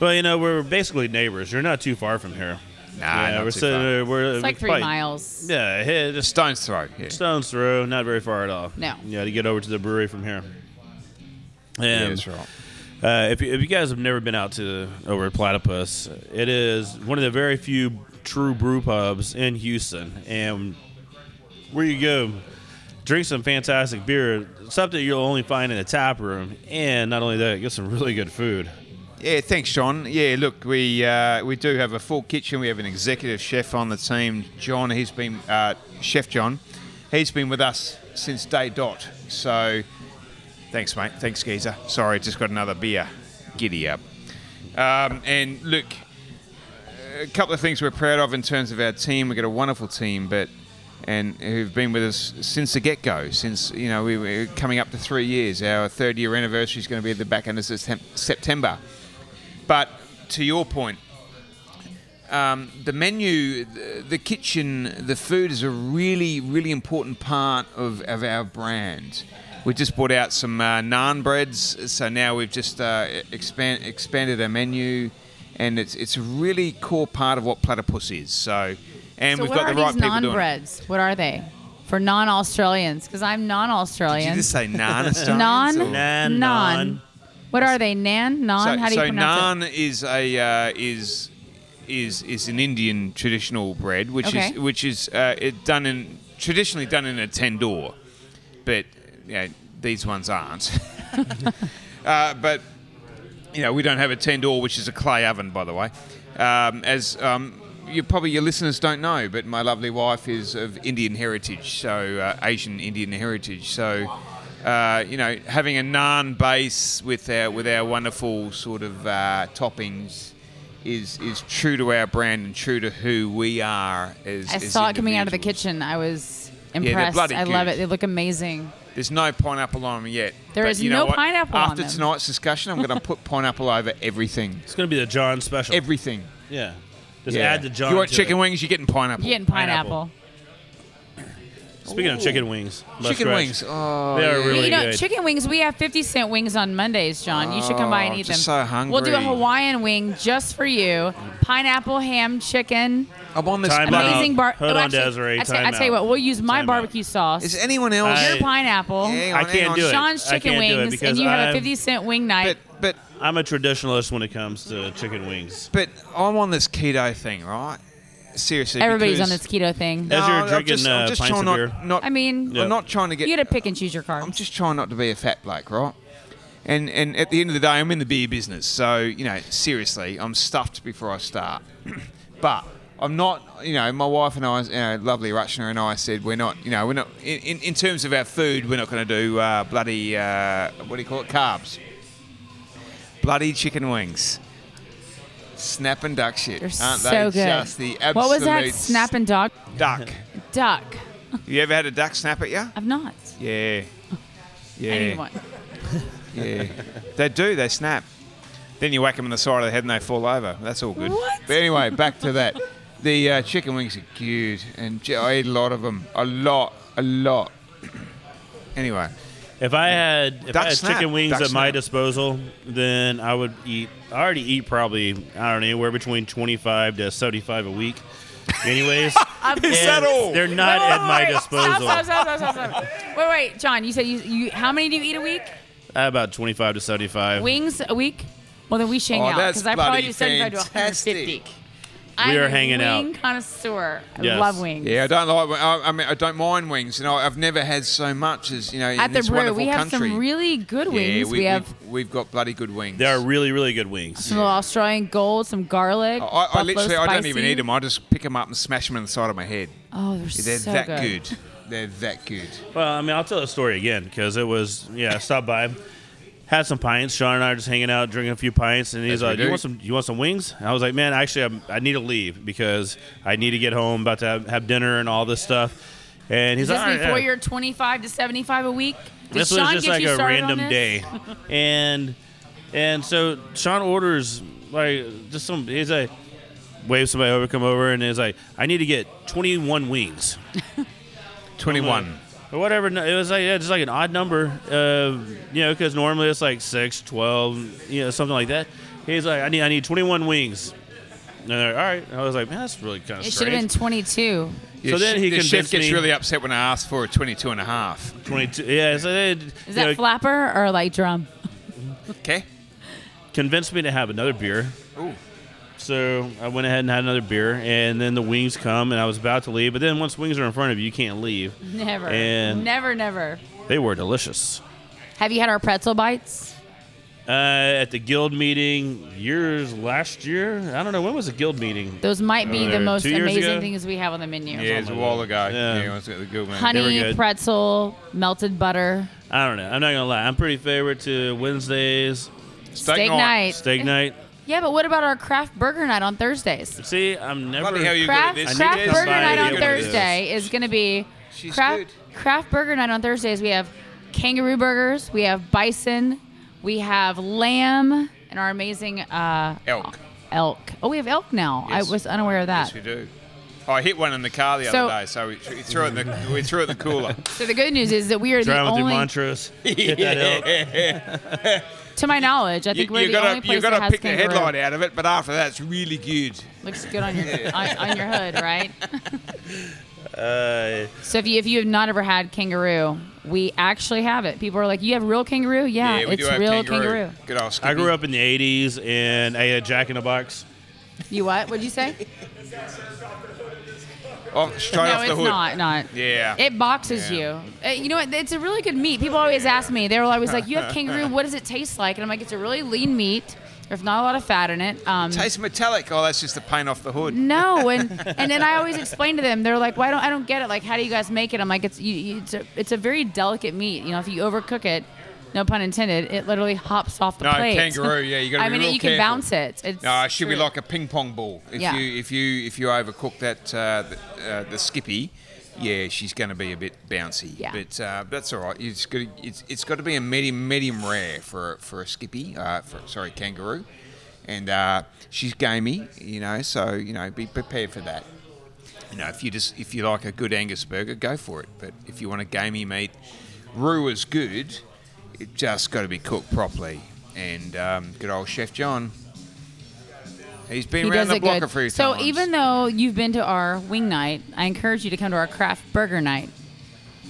Speaker 6: Well, you know, we're basically neighbors. You're not too far from here.
Speaker 8: Nah,
Speaker 6: yeah,
Speaker 8: not
Speaker 6: we're
Speaker 8: too
Speaker 6: sitting,
Speaker 8: far.
Speaker 6: uh, We're
Speaker 7: It's like three
Speaker 6: probably-
Speaker 7: miles.
Speaker 6: Yeah, hey, just
Speaker 8: Stone's throw. Yeah.
Speaker 6: stones throw, not very far at all.
Speaker 7: No.
Speaker 6: Yeah, to get over to the brewery from here.
Speaker 8: Yeah,
Speaker 6: And,
Speaker 8: that's right.
Speaker 6: Uh, if, you, if you guys have never been out to over at Platypus, it is one of the very few true brew pubs in Houston, and where you go, drink some fantastic beer, something you'll only find in a tap room, and not only that, get some really good food.
Speaker 8: Yeah, thanks, Sean. Yeah, look, we uh, we do have a full kitchen. We have an executive chef on the team, John. He's been uh, Chef John. He's been with us since day dot. So, thanks, mate. Thanks, geezer. Sorry, just got another beer. Giddy up. Um, and look, a couple of things we're proud of in terms of our team. We've got a wonderful team, but and who've been with us since the get-go. Since you know we were coming up to three years. Our third-year anniversary is going to be at the back end of Septem- September. But to your point, um, the menu, the, the kitchen, the food is a really, really important part of, of our brand. We just brought out some uh, naan breads, so now we've just uh, expand, expanded our menu, and it's it's a really core part of what Platypus is. So, and
Speaker 7: so
Speaker 8: we've
Speaker 7: what
Speaker 8: got
Speaker 7: are
Speaker 8: the right
Speaker 7: these
Speaker 8: people doing. it.
Speaker 7: non-breads? What are they for non-Australians? Because I'm
Speaker 8: Did you
Speaker 7: non-Australian.
Speaker 8: just say naan?
Speaker 7: non, non.
Speaker 6: Nan, non.
Speaker 7: What are they? Nan, non.
Speaker 8: so,
Speaker 7: How do you
Speaker 8: so
Speaker 7: pronounce
Speaker 8: naan is a uh, is is is an Indian traditional bread, which
Speaker 7: Okay.
Speaker 8: is which is uh, it done in traditionally done in a tandoor, but you know, these ones aren't. uh, but you know we don't have a tandoor, which is a clay oven, by the way. Um, as um, you probably your listeners don't know, but my lovely wife is of Indian heritage, so uh, Asian Indian heritage, so uh, you know, having a naan base with our with our wonderful sort of uh, toppings is is true to our brand and true to who we are. As,
Speaker 7: it? I
Speaker 8: as
Speaker 7: saw it coming out of the
Speaker 8: individuals.
Speaker 7: kitchen. I was
Speaker 8: they're
Speaker 7: impressed.
Speaker 8: bloody
Speaker 7: I love
Speaker 8: good.
Speaker 7: it. They look amazing.
Speaker 8: There's no pineapple on them yet.
Speaker 7: There
Speaker 8: There is
Speaker 7: is no pineapple on
Speaker 8: After
Speaker 7: them.
Speaker 8: tonight's discussion, I'm going to put pineapple over everything.
Speaker 6: It's gonna be the John special.
Speaker 8: Everything.
Speaker 6: yeah, just
Speaker 8: Yeah.
Speaker 6: add the John.
Speaker 8: You want
Speaker 6: to
Speaker 8: chicken
Speaker 6: it.
Speaker 8: wings? You're getting pineapple.
Speaker 7: You're getting pineapple.
Speaker 6: Speaking of chicken wings, Les
Speaker 8: Chicken
Speaker 6: Gretsch,
Speaker 8: wings. Oh,
Speaker 6: They are
Speaker 8: yeah.
Speaker 6: really
Speaker 7: you know,
Speaker 6: good.
Speaker 7: chicken wings. We have fifty cent wings on Mondays, John. You should come by and
Speaker 8: Oh,
Speaker 7: eat
Speaker 8: just
Speaker 7: them.
Speaker 8: so
Speaker 7: We'll do a
Speaker 8: hungry.
Speaker 7: Hawaiian wing just for you. Pineapple ham chicken.
Speaker 8: I'm on this.
Speaker 6: Time
Speaker 8: plane.
Speaker 6: out.
Speaker 7: Amazing bar.
Speaker 6: Hold
Speaker 7: oh,
Speaker 6: on,
Speaker 7: actually,
Speaker 6: Desiree,
Speaker 7: I tell, I
Speaker 6: time
Speaker 7: tell you
Speaker 6: out.
Speaker 7: what. We'll use my
Speaker 6: Time out.
Speaker 7: barbecue sauce.
Speaker 8: Is anyone else?
Speaker 6: I-
Speaker 7: your pineapple.
Speaker 8: Hang
Speaker 6: I
Speaker 8: on, hang
Speaker 6: can't
Speaker 8: on.
Speaker 6: do it.
Speaker 7: Sean's
Speaker 6: I
Speaker 7: chicken
Speaker 6: can't do it
Speaker 7: wings,
Speaker 6: because
Speaker 7: and you have
Speaker 6: I'm-
Speaker 7: a 50 cent wing night.
Speaker 8: But but
Speaker 6: I'm a traditionalist when it comes to chicken wings.
Speaker 8: but I'm on this keto thing, right? Seriously,
Speaker 7: Everybody's on
Speaker 8: because-
Speaker 7: this keto thing.
Speaker 6: As you're
Speaker 8: I'm
Speaker 6: drinking,
Speaker 8: just-
Speaker 6: uh,
Speaker 8: I'm just
Speaker 6: pints
Speaker 8: trying
Speaker 6: of
Speaker 8: not,
Speaker 6: beer.
Speaker 8: not-
Speaker 7: I mean,
Speaker 6: Yeah.
Speaker 8: I'm not trying to get.
Speaker 7: you got to pick and choose your
Speaker 8: I'm
Speaker 7: carbs.
Speaker 8: just trying not to be a fat bloke, right? And and at the end of the day, I'm in the beer business, so you know, seriously, I'm stuffed before I start. but I'm not, you know, my wife and I, you know, lovely Rutschner and I said we're not, you know, we're not in, in, in terms of our food, we're not going to do uh, bloody uh, what do you call it, carbs, bloody chicken wings. Snap and duck shit,
Speaker 7: They're
Speaker 8: aren't
Speaker 7: so
Speaker 8: they?
Speaker 7: good.
Speaker 8: Just the absolute
Speaker 7: what was that? Snap and dog?
Speaker 8: duck.
Speaker 7: Duck.
Speaker 8: You ever had a duck snap at you?
Speaker 7: I've not.
Speaker 8: Yeah. Yeah.
Speaker 7: I need one.
Speaker 8: Yeah. they do, they snap. Then you whack them in the side of the head and they fall over. That's all good.
Speaker 7: What?
Speaker 8: But anyway, back to that. The uh, chicken wings are good, and gee, I eat a lot of them. A lot, a lot. anyway,
Speaker 6: If I had if
Speaker 8: Duck
Speaker 6: I had
Speaker 8: snap.
Speaker 6: chicken wings
Speaker 8: Duck
Speaker 6: at my
Speaker 8: snap.
Speaker 6: disposal, then I would eat. I already eat probably I don't know anywhere between twenty five to seventy five a week. Anyways,
Speaker 8: is that all?
Speaker 6: They're not
Speaker 7: Wait, wait,
Speaker 6: at my
Speaker 7: wait.
Speaker 6: disposal.
Speaker 7: Stop, stop, stop, stop, stop, stop. Wait, wait, John. You said you, you. How many do you eat a week?
Speaker 6: About twenty five to seventy five. We
Speaker 7: Wings a week? Well, then we should hang
Speaker 8: Oh,
Speaker 7: out
Speaker 8: that's
Speaker 7: because I probably
Speaker 8: bloody
Speaker 7: do 75 to 150.
Speaker 8: fantastic.
Speaker 7: I'm
Speaker 6: are
Speaker 7: a
Speaker 6: hanging
Speaker 7: Wing
Speaker 6: out.
Speaker 7: connoisseur. I
Speaker 6: Yes.
Speaker 7: love wings.
Speaker 8: yeah, I don't like. wi- I, I mean, I don't mind wings, and I, I've never had so much as you know in
Speaker 7: At the
Speaker 8: this
Speaker 7: brew,
Speaker 8: wonderful
Speaker 7: we have
Speaker 8: country.
Speaker 7: some really good wings.
Speaker 8: yeah,
Speaker 7: we, have
Speaker 8: we've, we've got bloody good wings.
Speaker 6: They are really really good wings.
Speaker 7: some little Australian gold, some garlic.
Speaker 8: I, I
Speaker 7: buffalo
Speaker 8: literally, I don't even
Speaker 7: spicy.
Speaker 8: eat them. I just pick them up and smash them in the side of my head.
Speaker 7: Oh, they're,
Speaker 8: They're
Speaker 7: so
Speaker 8: that
Speaker 7: good.
Speaker 8: good. They're that good.
Speaker 6: Well, I mean, I'll tell the story again because it was yeah. I Stopped by, had some pints. Sean and I were just hanging out, drinking a few pints, and he's
Speaker 8: As we
Speaker 6: like, "You
Speaker 8: do.
Speaker 6: want some? You want some wings?" And I was like, "Man, actually, I'm, I need to leave because I need to get home. About to have, have dinner and all this stuff." And he's
Speaker 7: Is this
Speaker 6: like, "All right,
Speaker 7: before
Speaker 6: yeah."
Speaker 7: you're 25 to 75 a week? Did
Speaker 6: this
Speaker 7: Sean
Speaker 6: was just
Speaker 7: get
Speaker 6: like
Speaker 7: you
Speaker 6: a
Speaker 7: started on
Speaker 6: random
Speaker 7: this?
Speaker 6: day, and and so Sean orders like just some. He's like, waves somebody over, come over, and is like, "I need to get 21 wings."
Speaker 8: 21.
Speaker 6: or whatever. no- It was like yeah, just like an odd number, uh, you know, because normally it's like 6, 12, you know, something like that. He's like, I need, I need 21 wings. And they're like, all right. And I was like, man, that's really kind of
Speaker 7: It
Speaker 6: strange.
Speaker 7: should have been 22.
Speaker 6: So then he
Speaker 8: the chef
Speaker 6: convinced
Speaker 8: gets
Speaker 6: me-
Speaker 8: really upset when I asked for a 22 and a half.
Speaker 6: 22. Yeah. So they,
Speaker 7: Is that flapper or like drum?
Speaker 8: Okay.
Speaker 6: convinced me to have another beer.
Speaker 8: Ooh.
Speaker 6: So I went ahead and had another beer, and then the wings come, and I was about to leave. But then once wings are in front of you, you can't leave.
Speaker 7: Never.
Speaker 6: And-
Speaker 7: Never, never.
Speaker 6: They were delicious.
Speaker 7: Have you had our pretzel bites?
Speaker 6: Uh, at the guild meeting years last year, I don't know when was the guild meeting.
Speaker 7: Those might be the
Speaker 6: Uh,
Speaker 7: most
Speaker 6: two years
Speaker 7: amazing
Speaker 6: ago?
Speaker 7: things we have on the menu.
Speaker 8: Yeah, it's a while ago.
Speaker 6: Yeah.
Speaker 8: Yeah, let's get the good one.
Speaker 6: They were
Speaker 7: Honey,
Speaker 6: good.
Speaker 7: pretzel, melted butter.
Speaker 6: I don't know. I'm not gonna lie. I'm pretty favorite to Wednesdays.
Speaker 7: Steak Steak night. night.
Speaker 6: Steak night.
Speaker 7: Yeah, but what about our craft burger night on Thursdays?
Speaker 6: See, I'm never.
Speaker 8: Bloody hell, you good at
Speaker 7: Craft,
Speaker 8: this.
Speaker 6: I need
Speaker 7: craft
Speaker 6: to
Speaker 7: burger night
Speaker 6: somebody
Speaker 7: on
Speaker 6: good at this.
Speaker 7: Thursday is going to be
Speaker 8: She's
Speaker 7: craft, craft burger night on Thursdays. We have kangaroo burgers, we have bison, we have lamb, and our amazing uh,
Speaker 8: Elk.
Speaker 7: elk. Oh, we have elk now.
Speaker 8: Yes.
Speaker 7: I was unaware of that.
Speaker 8: Yes, we do. Oh, I hit one in the car the
Speaker 7: So-
Speaker 8: other day, so we, we threw it in the we threw it in the cooler.
Speaker 7: So the good news is that we are the
Speaker 6: Driving through
Speaker 7: only,
Speaker 6: Montrose. Hit that elk.
Speaker 7: to my knowledge, I think we're the
Speaker 8: gotta,
Speaker 7: only place
Speaker 8: you gotta
Speaker 7: that has
Speaker 8: pick
Speaker 7: kangaroo.
Speaker 8: the headline out of it, but after that, it's really good.
Speaker 7: Looks good on your on, on your hood, right?
Speaker 6: Uh,
Speaker 7: So if you if you have not ever had kangaroo, we actually have it. People are like, "You have real kangaroo? Yeah,
Speaker 8: we
Speaker 7: it's
Speaker 8: do have
Speaker 7: real
Speaker 8: kangaroo. Good old Skippy.
Speaker 6: I grew up in the '80s, and I had Jack in the Box.
Speaker 7: You what? What'd you say?
Speaker 8: Oh, straight
Speaker 7: no,
Speaker 8: off the
Speaker 7: it's
Speaker 8: hood.
Speaker 7: not. Not.
Speaker 8: Yeah.
Speaker 7: It boxes
Speaker 8: Yeah.
Speaker 7: you. Uh, you know what? It's a really good meat. People always ask me. They were always like, "You have kangaroo? What does it taste like?" And I'm like, "It's a really lean meat. There's not a lot of fat in it." Um,
Speaker 8: Tastes metallic. Oh, that's just the paint off the hood.
Speaker 7: No, and and then I always explain to them. They're like, "Why don't I don't get it? Like, how do you guys make it?" I'm like, "It's you, you, it's a it's a very delicate meat. You know, if you overcook it, no pun intended, it literally hops off the
Speaker 8: No,
Speaker 7: plate."
Speaker 8: kangaroo, yeah, you gotta
Speaker 7: I
Speaker 8: be
Speaker 7: mean,
Speaker 8: real
Speaker 7: you can
Speaker 8: careful.
Speaker 7: bounce it. It's
Speaker 8: No, it should be
Speaker 7: true.
Speaker 8: like a ping pong ball. If
Speaker 7: Yeah.
Speaker 8: you if you if you overcook that uh, the, uh, the Skippy, yeah, she's going to be a bit bouncy.
Speaker 7: Yeah.
Speaker 8: But uh, that's all right. It's got it's it's got to be a medium medium rare for a- for a Skippy. Uh, for sorry, kangaroo, and uh, she's gamey, you know. So you know, be prepared for that. You know, if you just if you like a good Angus burger, go for it. But if you want a gamey meat, roux is good. It just got to be cooked properly. And um, good old Chef John. He's been
Speaker 7: He
Speaker 8: around
Speaker 7: does
Speaker 8: the
Speaker 7: it
Speaker 8: block
Speaker 7: good.
Speaker 8: a few
Speaker 7: so
Speaker 8: times.
Speaker 7: even though you've been to our wing night, I encourage you to come to our craft burger night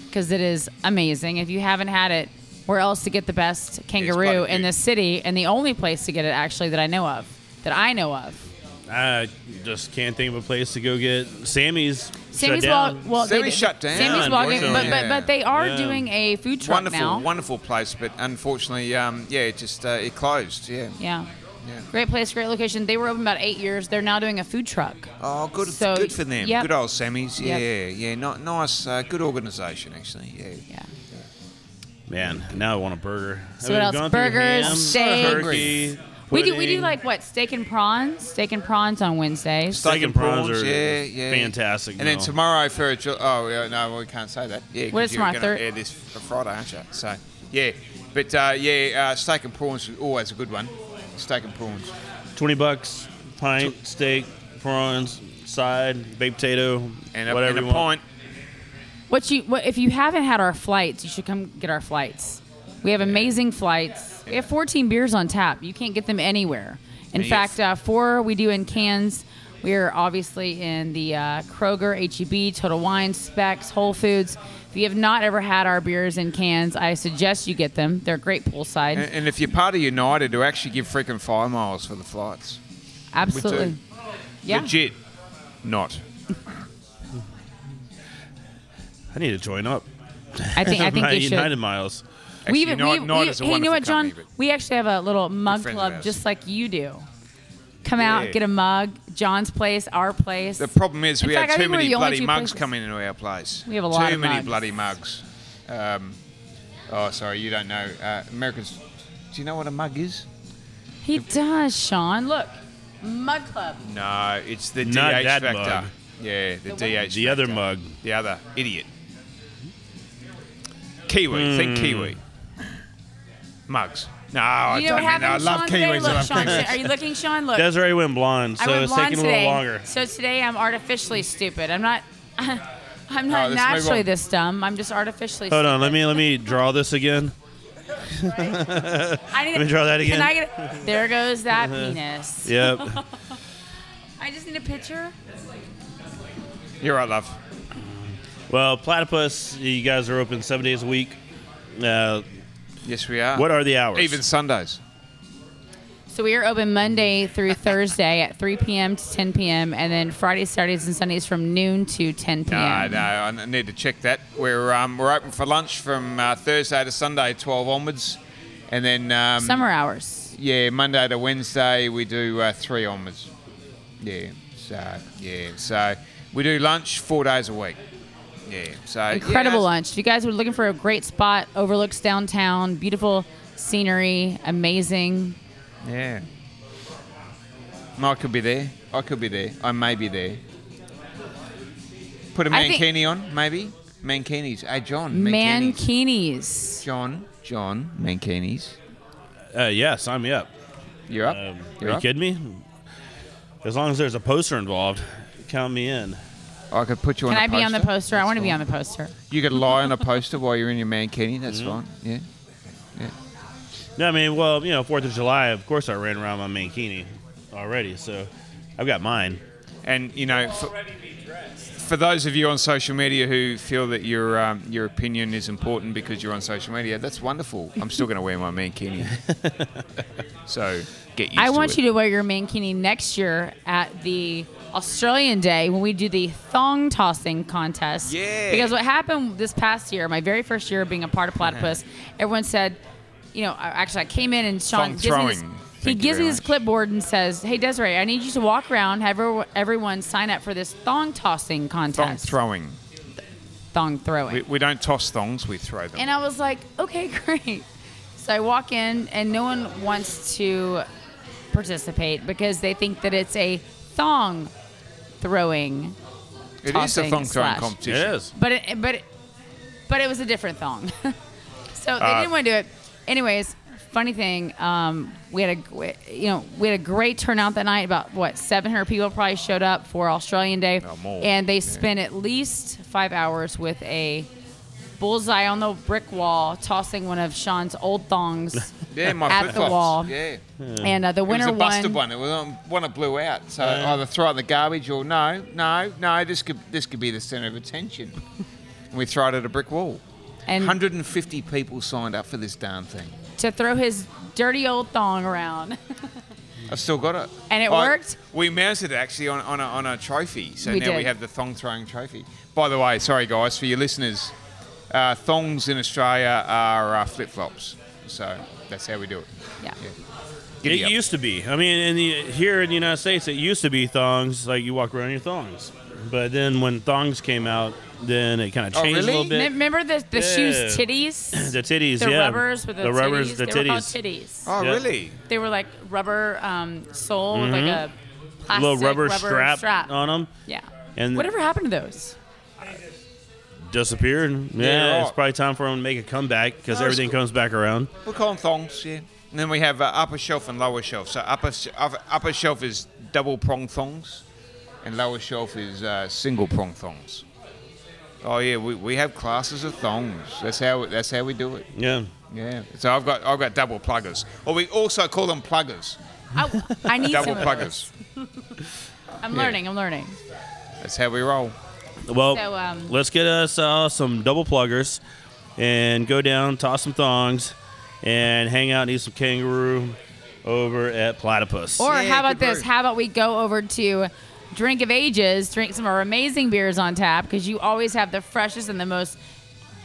Speaker 7: because it is amazing. If you haven't had it, where else to get the best
Speaker 8: bloody
Speaker 7: kangaroo in
Speaker 8: good.
Speaker 7: this city and the only place to get it actually that I know of, that I know of.
Speaker 6: I just can't think of a place to go get Sammy's.
Speaker 7: Sammy's
Speaker 6: shut down.
Speaker 7: walk. Well, they
Speaker 8: Sammy's
Speaker 7: did-
Speaker 8: shut down,
Speaker 7: Sammy's walking, but,
Speaker 8: unfortunately.
Speaker 7: but but they are
Speaker 6: Yeah.
Speaker 7: doing a food truck
Speaker 8: wonderful,
Speaker 7: now.
Speaker 8: wonderful place, but unfortunately, um, yeah, it just uh, it closed. Yeah.
Speaker 7: Yeah.
Speaker 8: Yeah.
Speaker 7: Great place, great location. They were open about eight years. They're now doing a food truck.
Speaker 8: Oh, good,
Speaker 7: So,
Speaker 8: good for them.
Speaker 7: yep.
Speaker 8: Good old Sammy's. Yeah,
Speaker 7: Yep.
Speaker 8: yeah, not nice. Uh, good organisation, actually. Yeah.
Speaker 7: Yeah.
Speaker 6: Man, now I want a burger.
Speaker 7: So what else?
Speaker 6: gone through
Speaker 7: Burgers,
Speaker 6: ham,
Speaker 7: steaks.
Speaker 6: turkey.
Speaker 7: We do we do
Speaker 6: pudding.
Speaker 7: like what steak and prawns, steak and prawns on Wednesdays.
Speaker 8: Steak
Speaker 6: Steak
Speaker 8: and
Speaker 6: and prawns
Speaker 8: prawns,
Speaker 6: are
Speaker 8: yeah, yeah.
Speaker 6: fantastic.
Speaker 8: And then
Speaker 6: meal.
Speaker 8: tomorrow for a Ju- oh yeah, no, we can't say that. Yeah, 'cause
Speaker 7: What is
Speaker 8: you're
Speaker 7: tomorrow,
Speaker 8: gonna
Speaker 7: third?
Speaker 8: air this for Friday, aren't you? So yeah, but uh, yeah, uh, steak and prawns is always a good one. Steak and prawns.
Speaker 6: 20 bucks, pint, steak, prawns, side, baked potato,
Speaker 8: And a,
Speaker 6: whatever
Speaker 8: and
Speaker 6: you
Speaker 8: a
Speaker 6: want.
Speaker 8: pint.
Speaker 7: What you what, if you haven't had our flights, you should come get our flights. We have amazing flights. We have 14 beers on tap. You can't get them anywhere. In
Speaker 8: Yes.
Speaker 7: fact, uh, four we do in cans. We are obviously in the uh, Kroger, HEB, Total Wine, Specs, Whole Foods. If you have not ever had our beers in cans, I suggest you get them. They're great poolside.
Speaker 8: And, and if you're part of United, to actually give freaking five miles for the flights.
Speaker 7: Absolutely. Yeah.
Speaker 8: Legit. Not.
Speaker 6: I need to join up.
Speaker 7: I think I think
Speaker 6: My
Speaker 7: you should.
Speaker 6: United miles.
Speaker 8: Actually,
Speaker 7: even-
Speaker 8: United, United
Speaker 7: we-
Speaker 8: is a
Speaker 7: hey, you know
Speaker 8: wonderful
Speaker 7: what, John?
Speaker 8: company, but-
Speaker 7: we actually have a little mug
Speaker 8: friends of
Speaker 7: club
Speaker 8: ours.
Speaker 7: just like you do. Come out,
Speaker 8: Yeah.
Speaker 7: get a mug. John's place, our place.
Speaker 8: The problem is
Speaker 7: In
Speaker 8: we
Speaker 7: fact, I
Speaker 8: had too
Speaker 7: think we're
Speaker 8: many
Speaker 7: the only
Speaker 8: bloody
Speaker 7: two
Speaker 8: mugs
Speaker 7: places-
Speaker 8: coming into our place.
Speaker 7: We have a
Speaker 8: too
Speaker 7: lot
Speaker 8: Too
Speaker 7: of
Speaker 8: many
Speaker 7: mugs.
Speaker 8: bloody mugs. Um, oh, sorry, you don't know. Uh, Americans, do you know what a mug is?
Speaker 7: He does, Sean. Look, Mug Club.
Speaker 8: No, it's the
Speaker 6: Not
Speaker 8: DH
Speaker 6: that
Speaker 8: factor.
Speaker 6: mug.
Speaker 8: Yeah, the,
Speaker 7: The
Speaker 8: DH.
Speaker 6: one- The other
Speaker 8: factor.
Speaker 6: mug.
Speaker 8: The other idiot. Kiwi. Think
Speaker 6: Hmm.
Speaker 8: kiwi. Mugs. No, I
Speaker 7: you
Speaker 8: don't
Speaker 7: know what
Speaker 8: mean that. I
Speaker 7: happened,
Speaker 8: love
Speaker 7: Sean? Today?
Speaker 8: kiwis. I
Speaker 7: Look,
Speaker 8: love
Speaker 7: Sean,
Speaker 8: kiwis.
Speaker 7: are you looking, Sean? Look.
Speaker 6: Desiree went blonde,
Speaker 7: I
Speaker 6: so
Speaker 7: went
Speaker 6: it's
Speaker 7: blonde
Speaker 6: taking a
Speaker 7: today,
Speaker 6: little longer.
Speaker 7: So today I'm artificially stupid. I'm not. I'm
Speaker 6: Oh, let's
Speaker 7: not
Speaker 6: move
Speaker 7: naturally
Speaker 6: on.
Speaker 7: this dumb. I'm just artificially.
Speaker 6: Hold
Speaker 7: stupid.
Speaker 6: on, let me let me draw this again.
Speaker 7: I need
Speaker 6: let me draw that again.
Speaker 7: Can I get? There goes that
Speaker 6: Uh-huh.
Speaker 7: penis.
Speaker 6: Yep.
Speaker 7: I just need a picture.
Speaker 8: You're right, love.
Speaker 6: Well, platypus, you guys are open seven days a week. Uh,
Speaker 8: yes, we are.
Speaker 6: What are the hours?
Speaker 8: Even Sundays.
Speaker 7: So we are open Monday through Thursday at 3 p.m. to 10 p.m. and then Fridays, Saturdays, and Sundays from noon to 10 p.m.
Speaker 8: No, no, I n- need to check that. We're um, we're open for lunch from uh, Thursday to Sunday, twelve onwards, and then um,
Speaker 7: Summer hours.
Speaker 8: Yeah, Monday to Wednesday we do uh, three onwards. Yeah, so yeah, so we do lunch four days a week. Yeah, so
Speaker 7: Incredible lunch. If you guys were looking for a great spot, overlooks downtown, beautiful scenery, amazing.
Speaker 8: Yeah. I could be there. I could be there. I may be there. Put a
Speaker 7: I think-
Speaker 8: mankini on, maybe. Mankinis. Hey, John. Mankinis.
Speaker 7: Mankinis.
Speaker 8: John. John. Mankinis.
Speaker 6: Uh, yeah, sign me up. Um,
Speaker 8: You're up. You're
Speaker 6: are you
Speaker 8: up.
Speaker 6: kidding me? As long as there's a poster involved, count me in.
Speaker 8: I could put you
Speaker 7: Can I be on the poster? I want to be on the poster.
Speaker 8: You could lie on a poster while you're in your mankini. That's
Speaker 6: Mhm.
Speaker 8: fine. Yeah.
Speaker 6: No, I mean, well, you know, Fourth of July. Of course, I ran around my mankini already, so I've got mine.
Speaker 8: And you know, for, for those of you on social media who feel that your um, your opinion is important because you're on social media, that's wonderful. I'm still going to wear my mankini. so get used
Speaker 7: I
Speaker 8: to
Speaker 7: want
Speaker 8: it.
Speaker 7: you to wear your mankini next year at the Australian Day when we do the thong tossing contest.
Speaker 11: Yeah.
Speaker 7: Because what happened this past year, my very first year of being a part of Platypus, everyone said, you know, I- actually I came in and Sean
Speaker 8: Uh-huh. Thong
Speaker 7: gives me this,
Speaker 8: throwing.
Speaker 7: he
Speaker 8: Thank you
Speaker 7: gives me
Speaker 8: very
Speaker 7: this clipboard and says, "Hey Desiree, I need you to walk around, have everyone- everyone sign up for this thong tossing
Speaker 8: Thong
Speaker 7: contest."
Speaker 8: throwing.
Speaker 7: Thong throwing.
Speaker 8: We, we don't toss thongs, we throw them.
Speaker 7: And I was like, okay, great. So I walk in, and no one wants to participate because they think that it's a thong throwing.
Speaker 8: It is a
Speaker 7: tossing
Speaker 8: thong throwing
Speaker 7: slash.
Speaker 8: competition. It is.
Speaker 7: But it, but it, but it was a different thong. so they
Speaker 8: Uh,
Speaker 7: didn't want to do it. Anyways, funny thing, um, we had a you know we had a great turnout that night. About what 700 people probably showed up for Australian Day,
Speaker 11: Oh, more.
Speaker 7: and they
Speaker 11: Yeah.
Speaker 7: spent at least five hours with a bullseye on the brick wall, tossing one of Sean's old thongs
Speaker 8: yeah, my
Speaker 7: at the
Speaker 8: flip-flops.
Speaker 7: wall.
Speaker 8: Yeah.
Speaker 7: And, uh, the winner
Speaker 8: it was a busted
Speaker 7: won-
Speaker 8: one. It was on- one that blew out. So
Speaker 7: Yeah.
Speaker 8: either throw it in the garbage or no, no, no. This could this could be the centre of attention. and we throw it at a brick wall.
Speaker 7: And
Speaker 8: 150 people signed up for this darn thing.
Speaker 7: To throw his dirty old thong around.
Speaker 8: I've still got it.
Speaker 7: And it
Speaker 8: I-
Speaker 7: worked?
Speaker 8: We mounted it actually on, on, a, on a trophy. So
Speaker 7: We
Speaker 8: now we
Speaker 7: did.
Speaker 8: have the thong throwing trophy. By the way, sorry guys, for your listeners, uh, thongs in Australia are uh, flip flops. So that's how we do it.
Speaker 7: Yeah.
Speaker 8: Giddy
Speaker 6: it
Speaker 8: up.
Speaker 6: used to be. I mean, in the, here in the United States, it used to be thongs. Like you walk around in your thongs. But then when thongs came out, then it
Speaker 8: Oh,
Speaker 6: kind of changed a little
Speaker 7: Me-
Speaker 6: bit.
Speaker 7: Remember the, the shoes
Speaker 6: Yeah.
Speaker 7: titties?
Speaker 6: The titties,
Speaker 7: the
Speaker 6: yeah.
Speaker 7: rubbers with the,
Speaker 6: The rubbers,
Speaker 7: titties.
Speaker 6: the
Speaker 7: they were called
Speaker 6: titties.
Speaker 7: titties.
Speaker 6: Oh, Yeah. really?
Speaker 7: They were like rubber um, sole with like
Speaker 6: Mhm.
Speaker 7: a plastic
Speaker 6: little rubber, strap,
Speaker 7: strap.
Speaker 6: on them.
Speaker 7: Yeah.
Speaker 6: And
Speaker 7: Whatever happened to those?
Speaker 6: disappeared. Yeah,
Speaker 8: Yeah, oh.
Speaker 6: it's
Speaker 8: right.
Speaker 6: probably time for them to make a comeback because
Speaker 8: No, it's
Speaker 6: everything
Speaker 8: cool.
Speaker 6: comes back around.
Speaker 8: We'll call them thongs, yeah. And then we have uh, upper shelf and lower shelf. So upper, s- upper upper shelf is double prong thongs, and lower shelf is uh, single prong thongs. Oh yeah, we, we have classes of thongs. That's how that's how we do it.
Speaker 6: Yeah.
Speaker 8: Yeah. So I've got I've got double pluggers, or we also call them pluggers.
Speaker 7: I, I need
Speaker 8: double
Speaker 7: some of
Speaker 8: pluggers.
Speaker 7: those. I'm
Speaker 6: Yeah.
Speaker 7: learning. I'm learning.
Speaker 8: That's how we roll.
Speaker 6: Well,
Speaker 7: So, um,
Speaker 6: let's get us uh, some double pluggers and go down, toss some thongs, and hang out and eat some kangaroo over at Platypus.
Speaker 7: Or how about this? How about we go over to Drink of Ages, drink some of our amazing beers on tap because you always have the freshest and the most.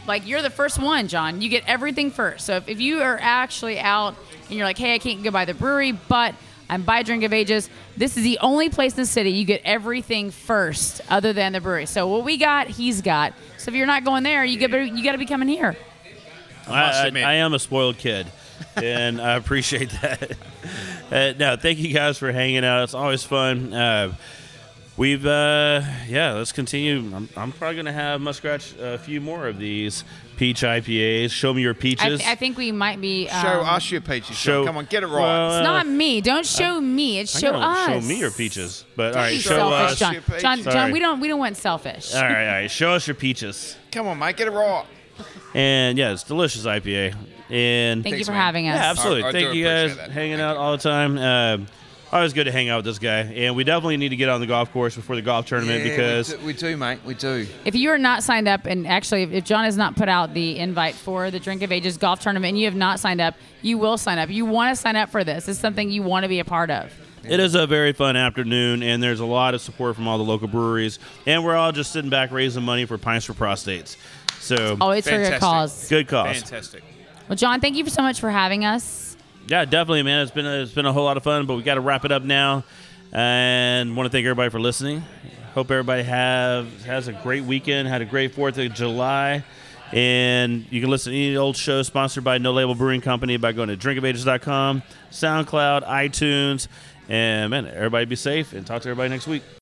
Speaker 7: Like you're the first one, John. You get everything first. So if, if you are actually out and you're like, hey, I can't go by the brewery, but I'm by Drink of Ages. This is the only place in the city you get everything first, other than the brewery. So what we got, he's got. So if you're not going there, you got you got to be coming here.
Speaker 6: I, I, I am a spoiled kid, and I appreciate that. Uh, no, thank you guys for hanging out. It's always fun. Uh, we've, uh, yeah, let's continue. I'm, I'm probably going to have Muskrat a few more of these peach IPAs. Show me your
Speaker 7: I,
Speaker 6: peaches.
Speaker 7: I think we might be. Um,
Speaker 8: Show us your peaches. Sean.
Speaker 6: Show-
Speaker 8: Come on, get it right.
Speaker 6: Well,
Speaker 7: It's not me. Don't show me. It's show us.
Speaker 6: Show me your peaches. But
Speaker 7: Don't
Speaker 6: all right,
Speaker 7: be
Speaker 6: show
Speaker 7: selfish,
Speaker 6: us.
Speaker 7: John. John, John,
Speaker 6: Sorry.
Speaker 7: we don't we don't want selfish.
Speaker 6: All right, all right. Show us your peaches.
Speaker 8: Come on, mate, get it right.
Speaker 6: And yeah, it's delicious IPA. And
Speaker 7: Thank you Thanks, for man. having us.
Speaker 6: Yeah, absolutely.
Speaker 8: I- I
Speaker 6: Thank
Speaker 8: do
Speaker 6: you
Speaker 8: appreciate
Speaker 6: guys hanging out all the time. Um always good to hang out with this guy. And we definitely need to get on the golf course before the golf tournament
Speaker 8: Yeah,
Speaker 6: because
Speaker 8: we do, we do, mate, we do.
Speaker 7: If you are not signed up, and actually, if- if John has not put out the invite for the Drink of Ages golf tournament, and you have not signed up, you will sign up. You want to sign up for this. It's something you want to be a part of.
Speaker 6: It is a very fun afternoon, and there's a lot of support from all the local breweries, and we're all just sitting back raising money for Pints for Prostates. So
Speaker 7: Oh, it's for a good Fantastic. cause.
Speaker 6: Good cause.
Speaker 8: Fantastic.
Speaker 7: Well, John, thank you so much for having us.
Speaker 6: Yeah, definitely, man. It's been a, it's been a whole lot of fun, but we got to wrap it up now, and want to thank everybody for listening. Hope everybody have has a great weekend, had a great Fourth of July, and you can listen to any old show sponsored by No Label Brewing Company by going to drinkofators.com, SoundCloud, iTunes, and man, everybody be safe and talk to everybody next week.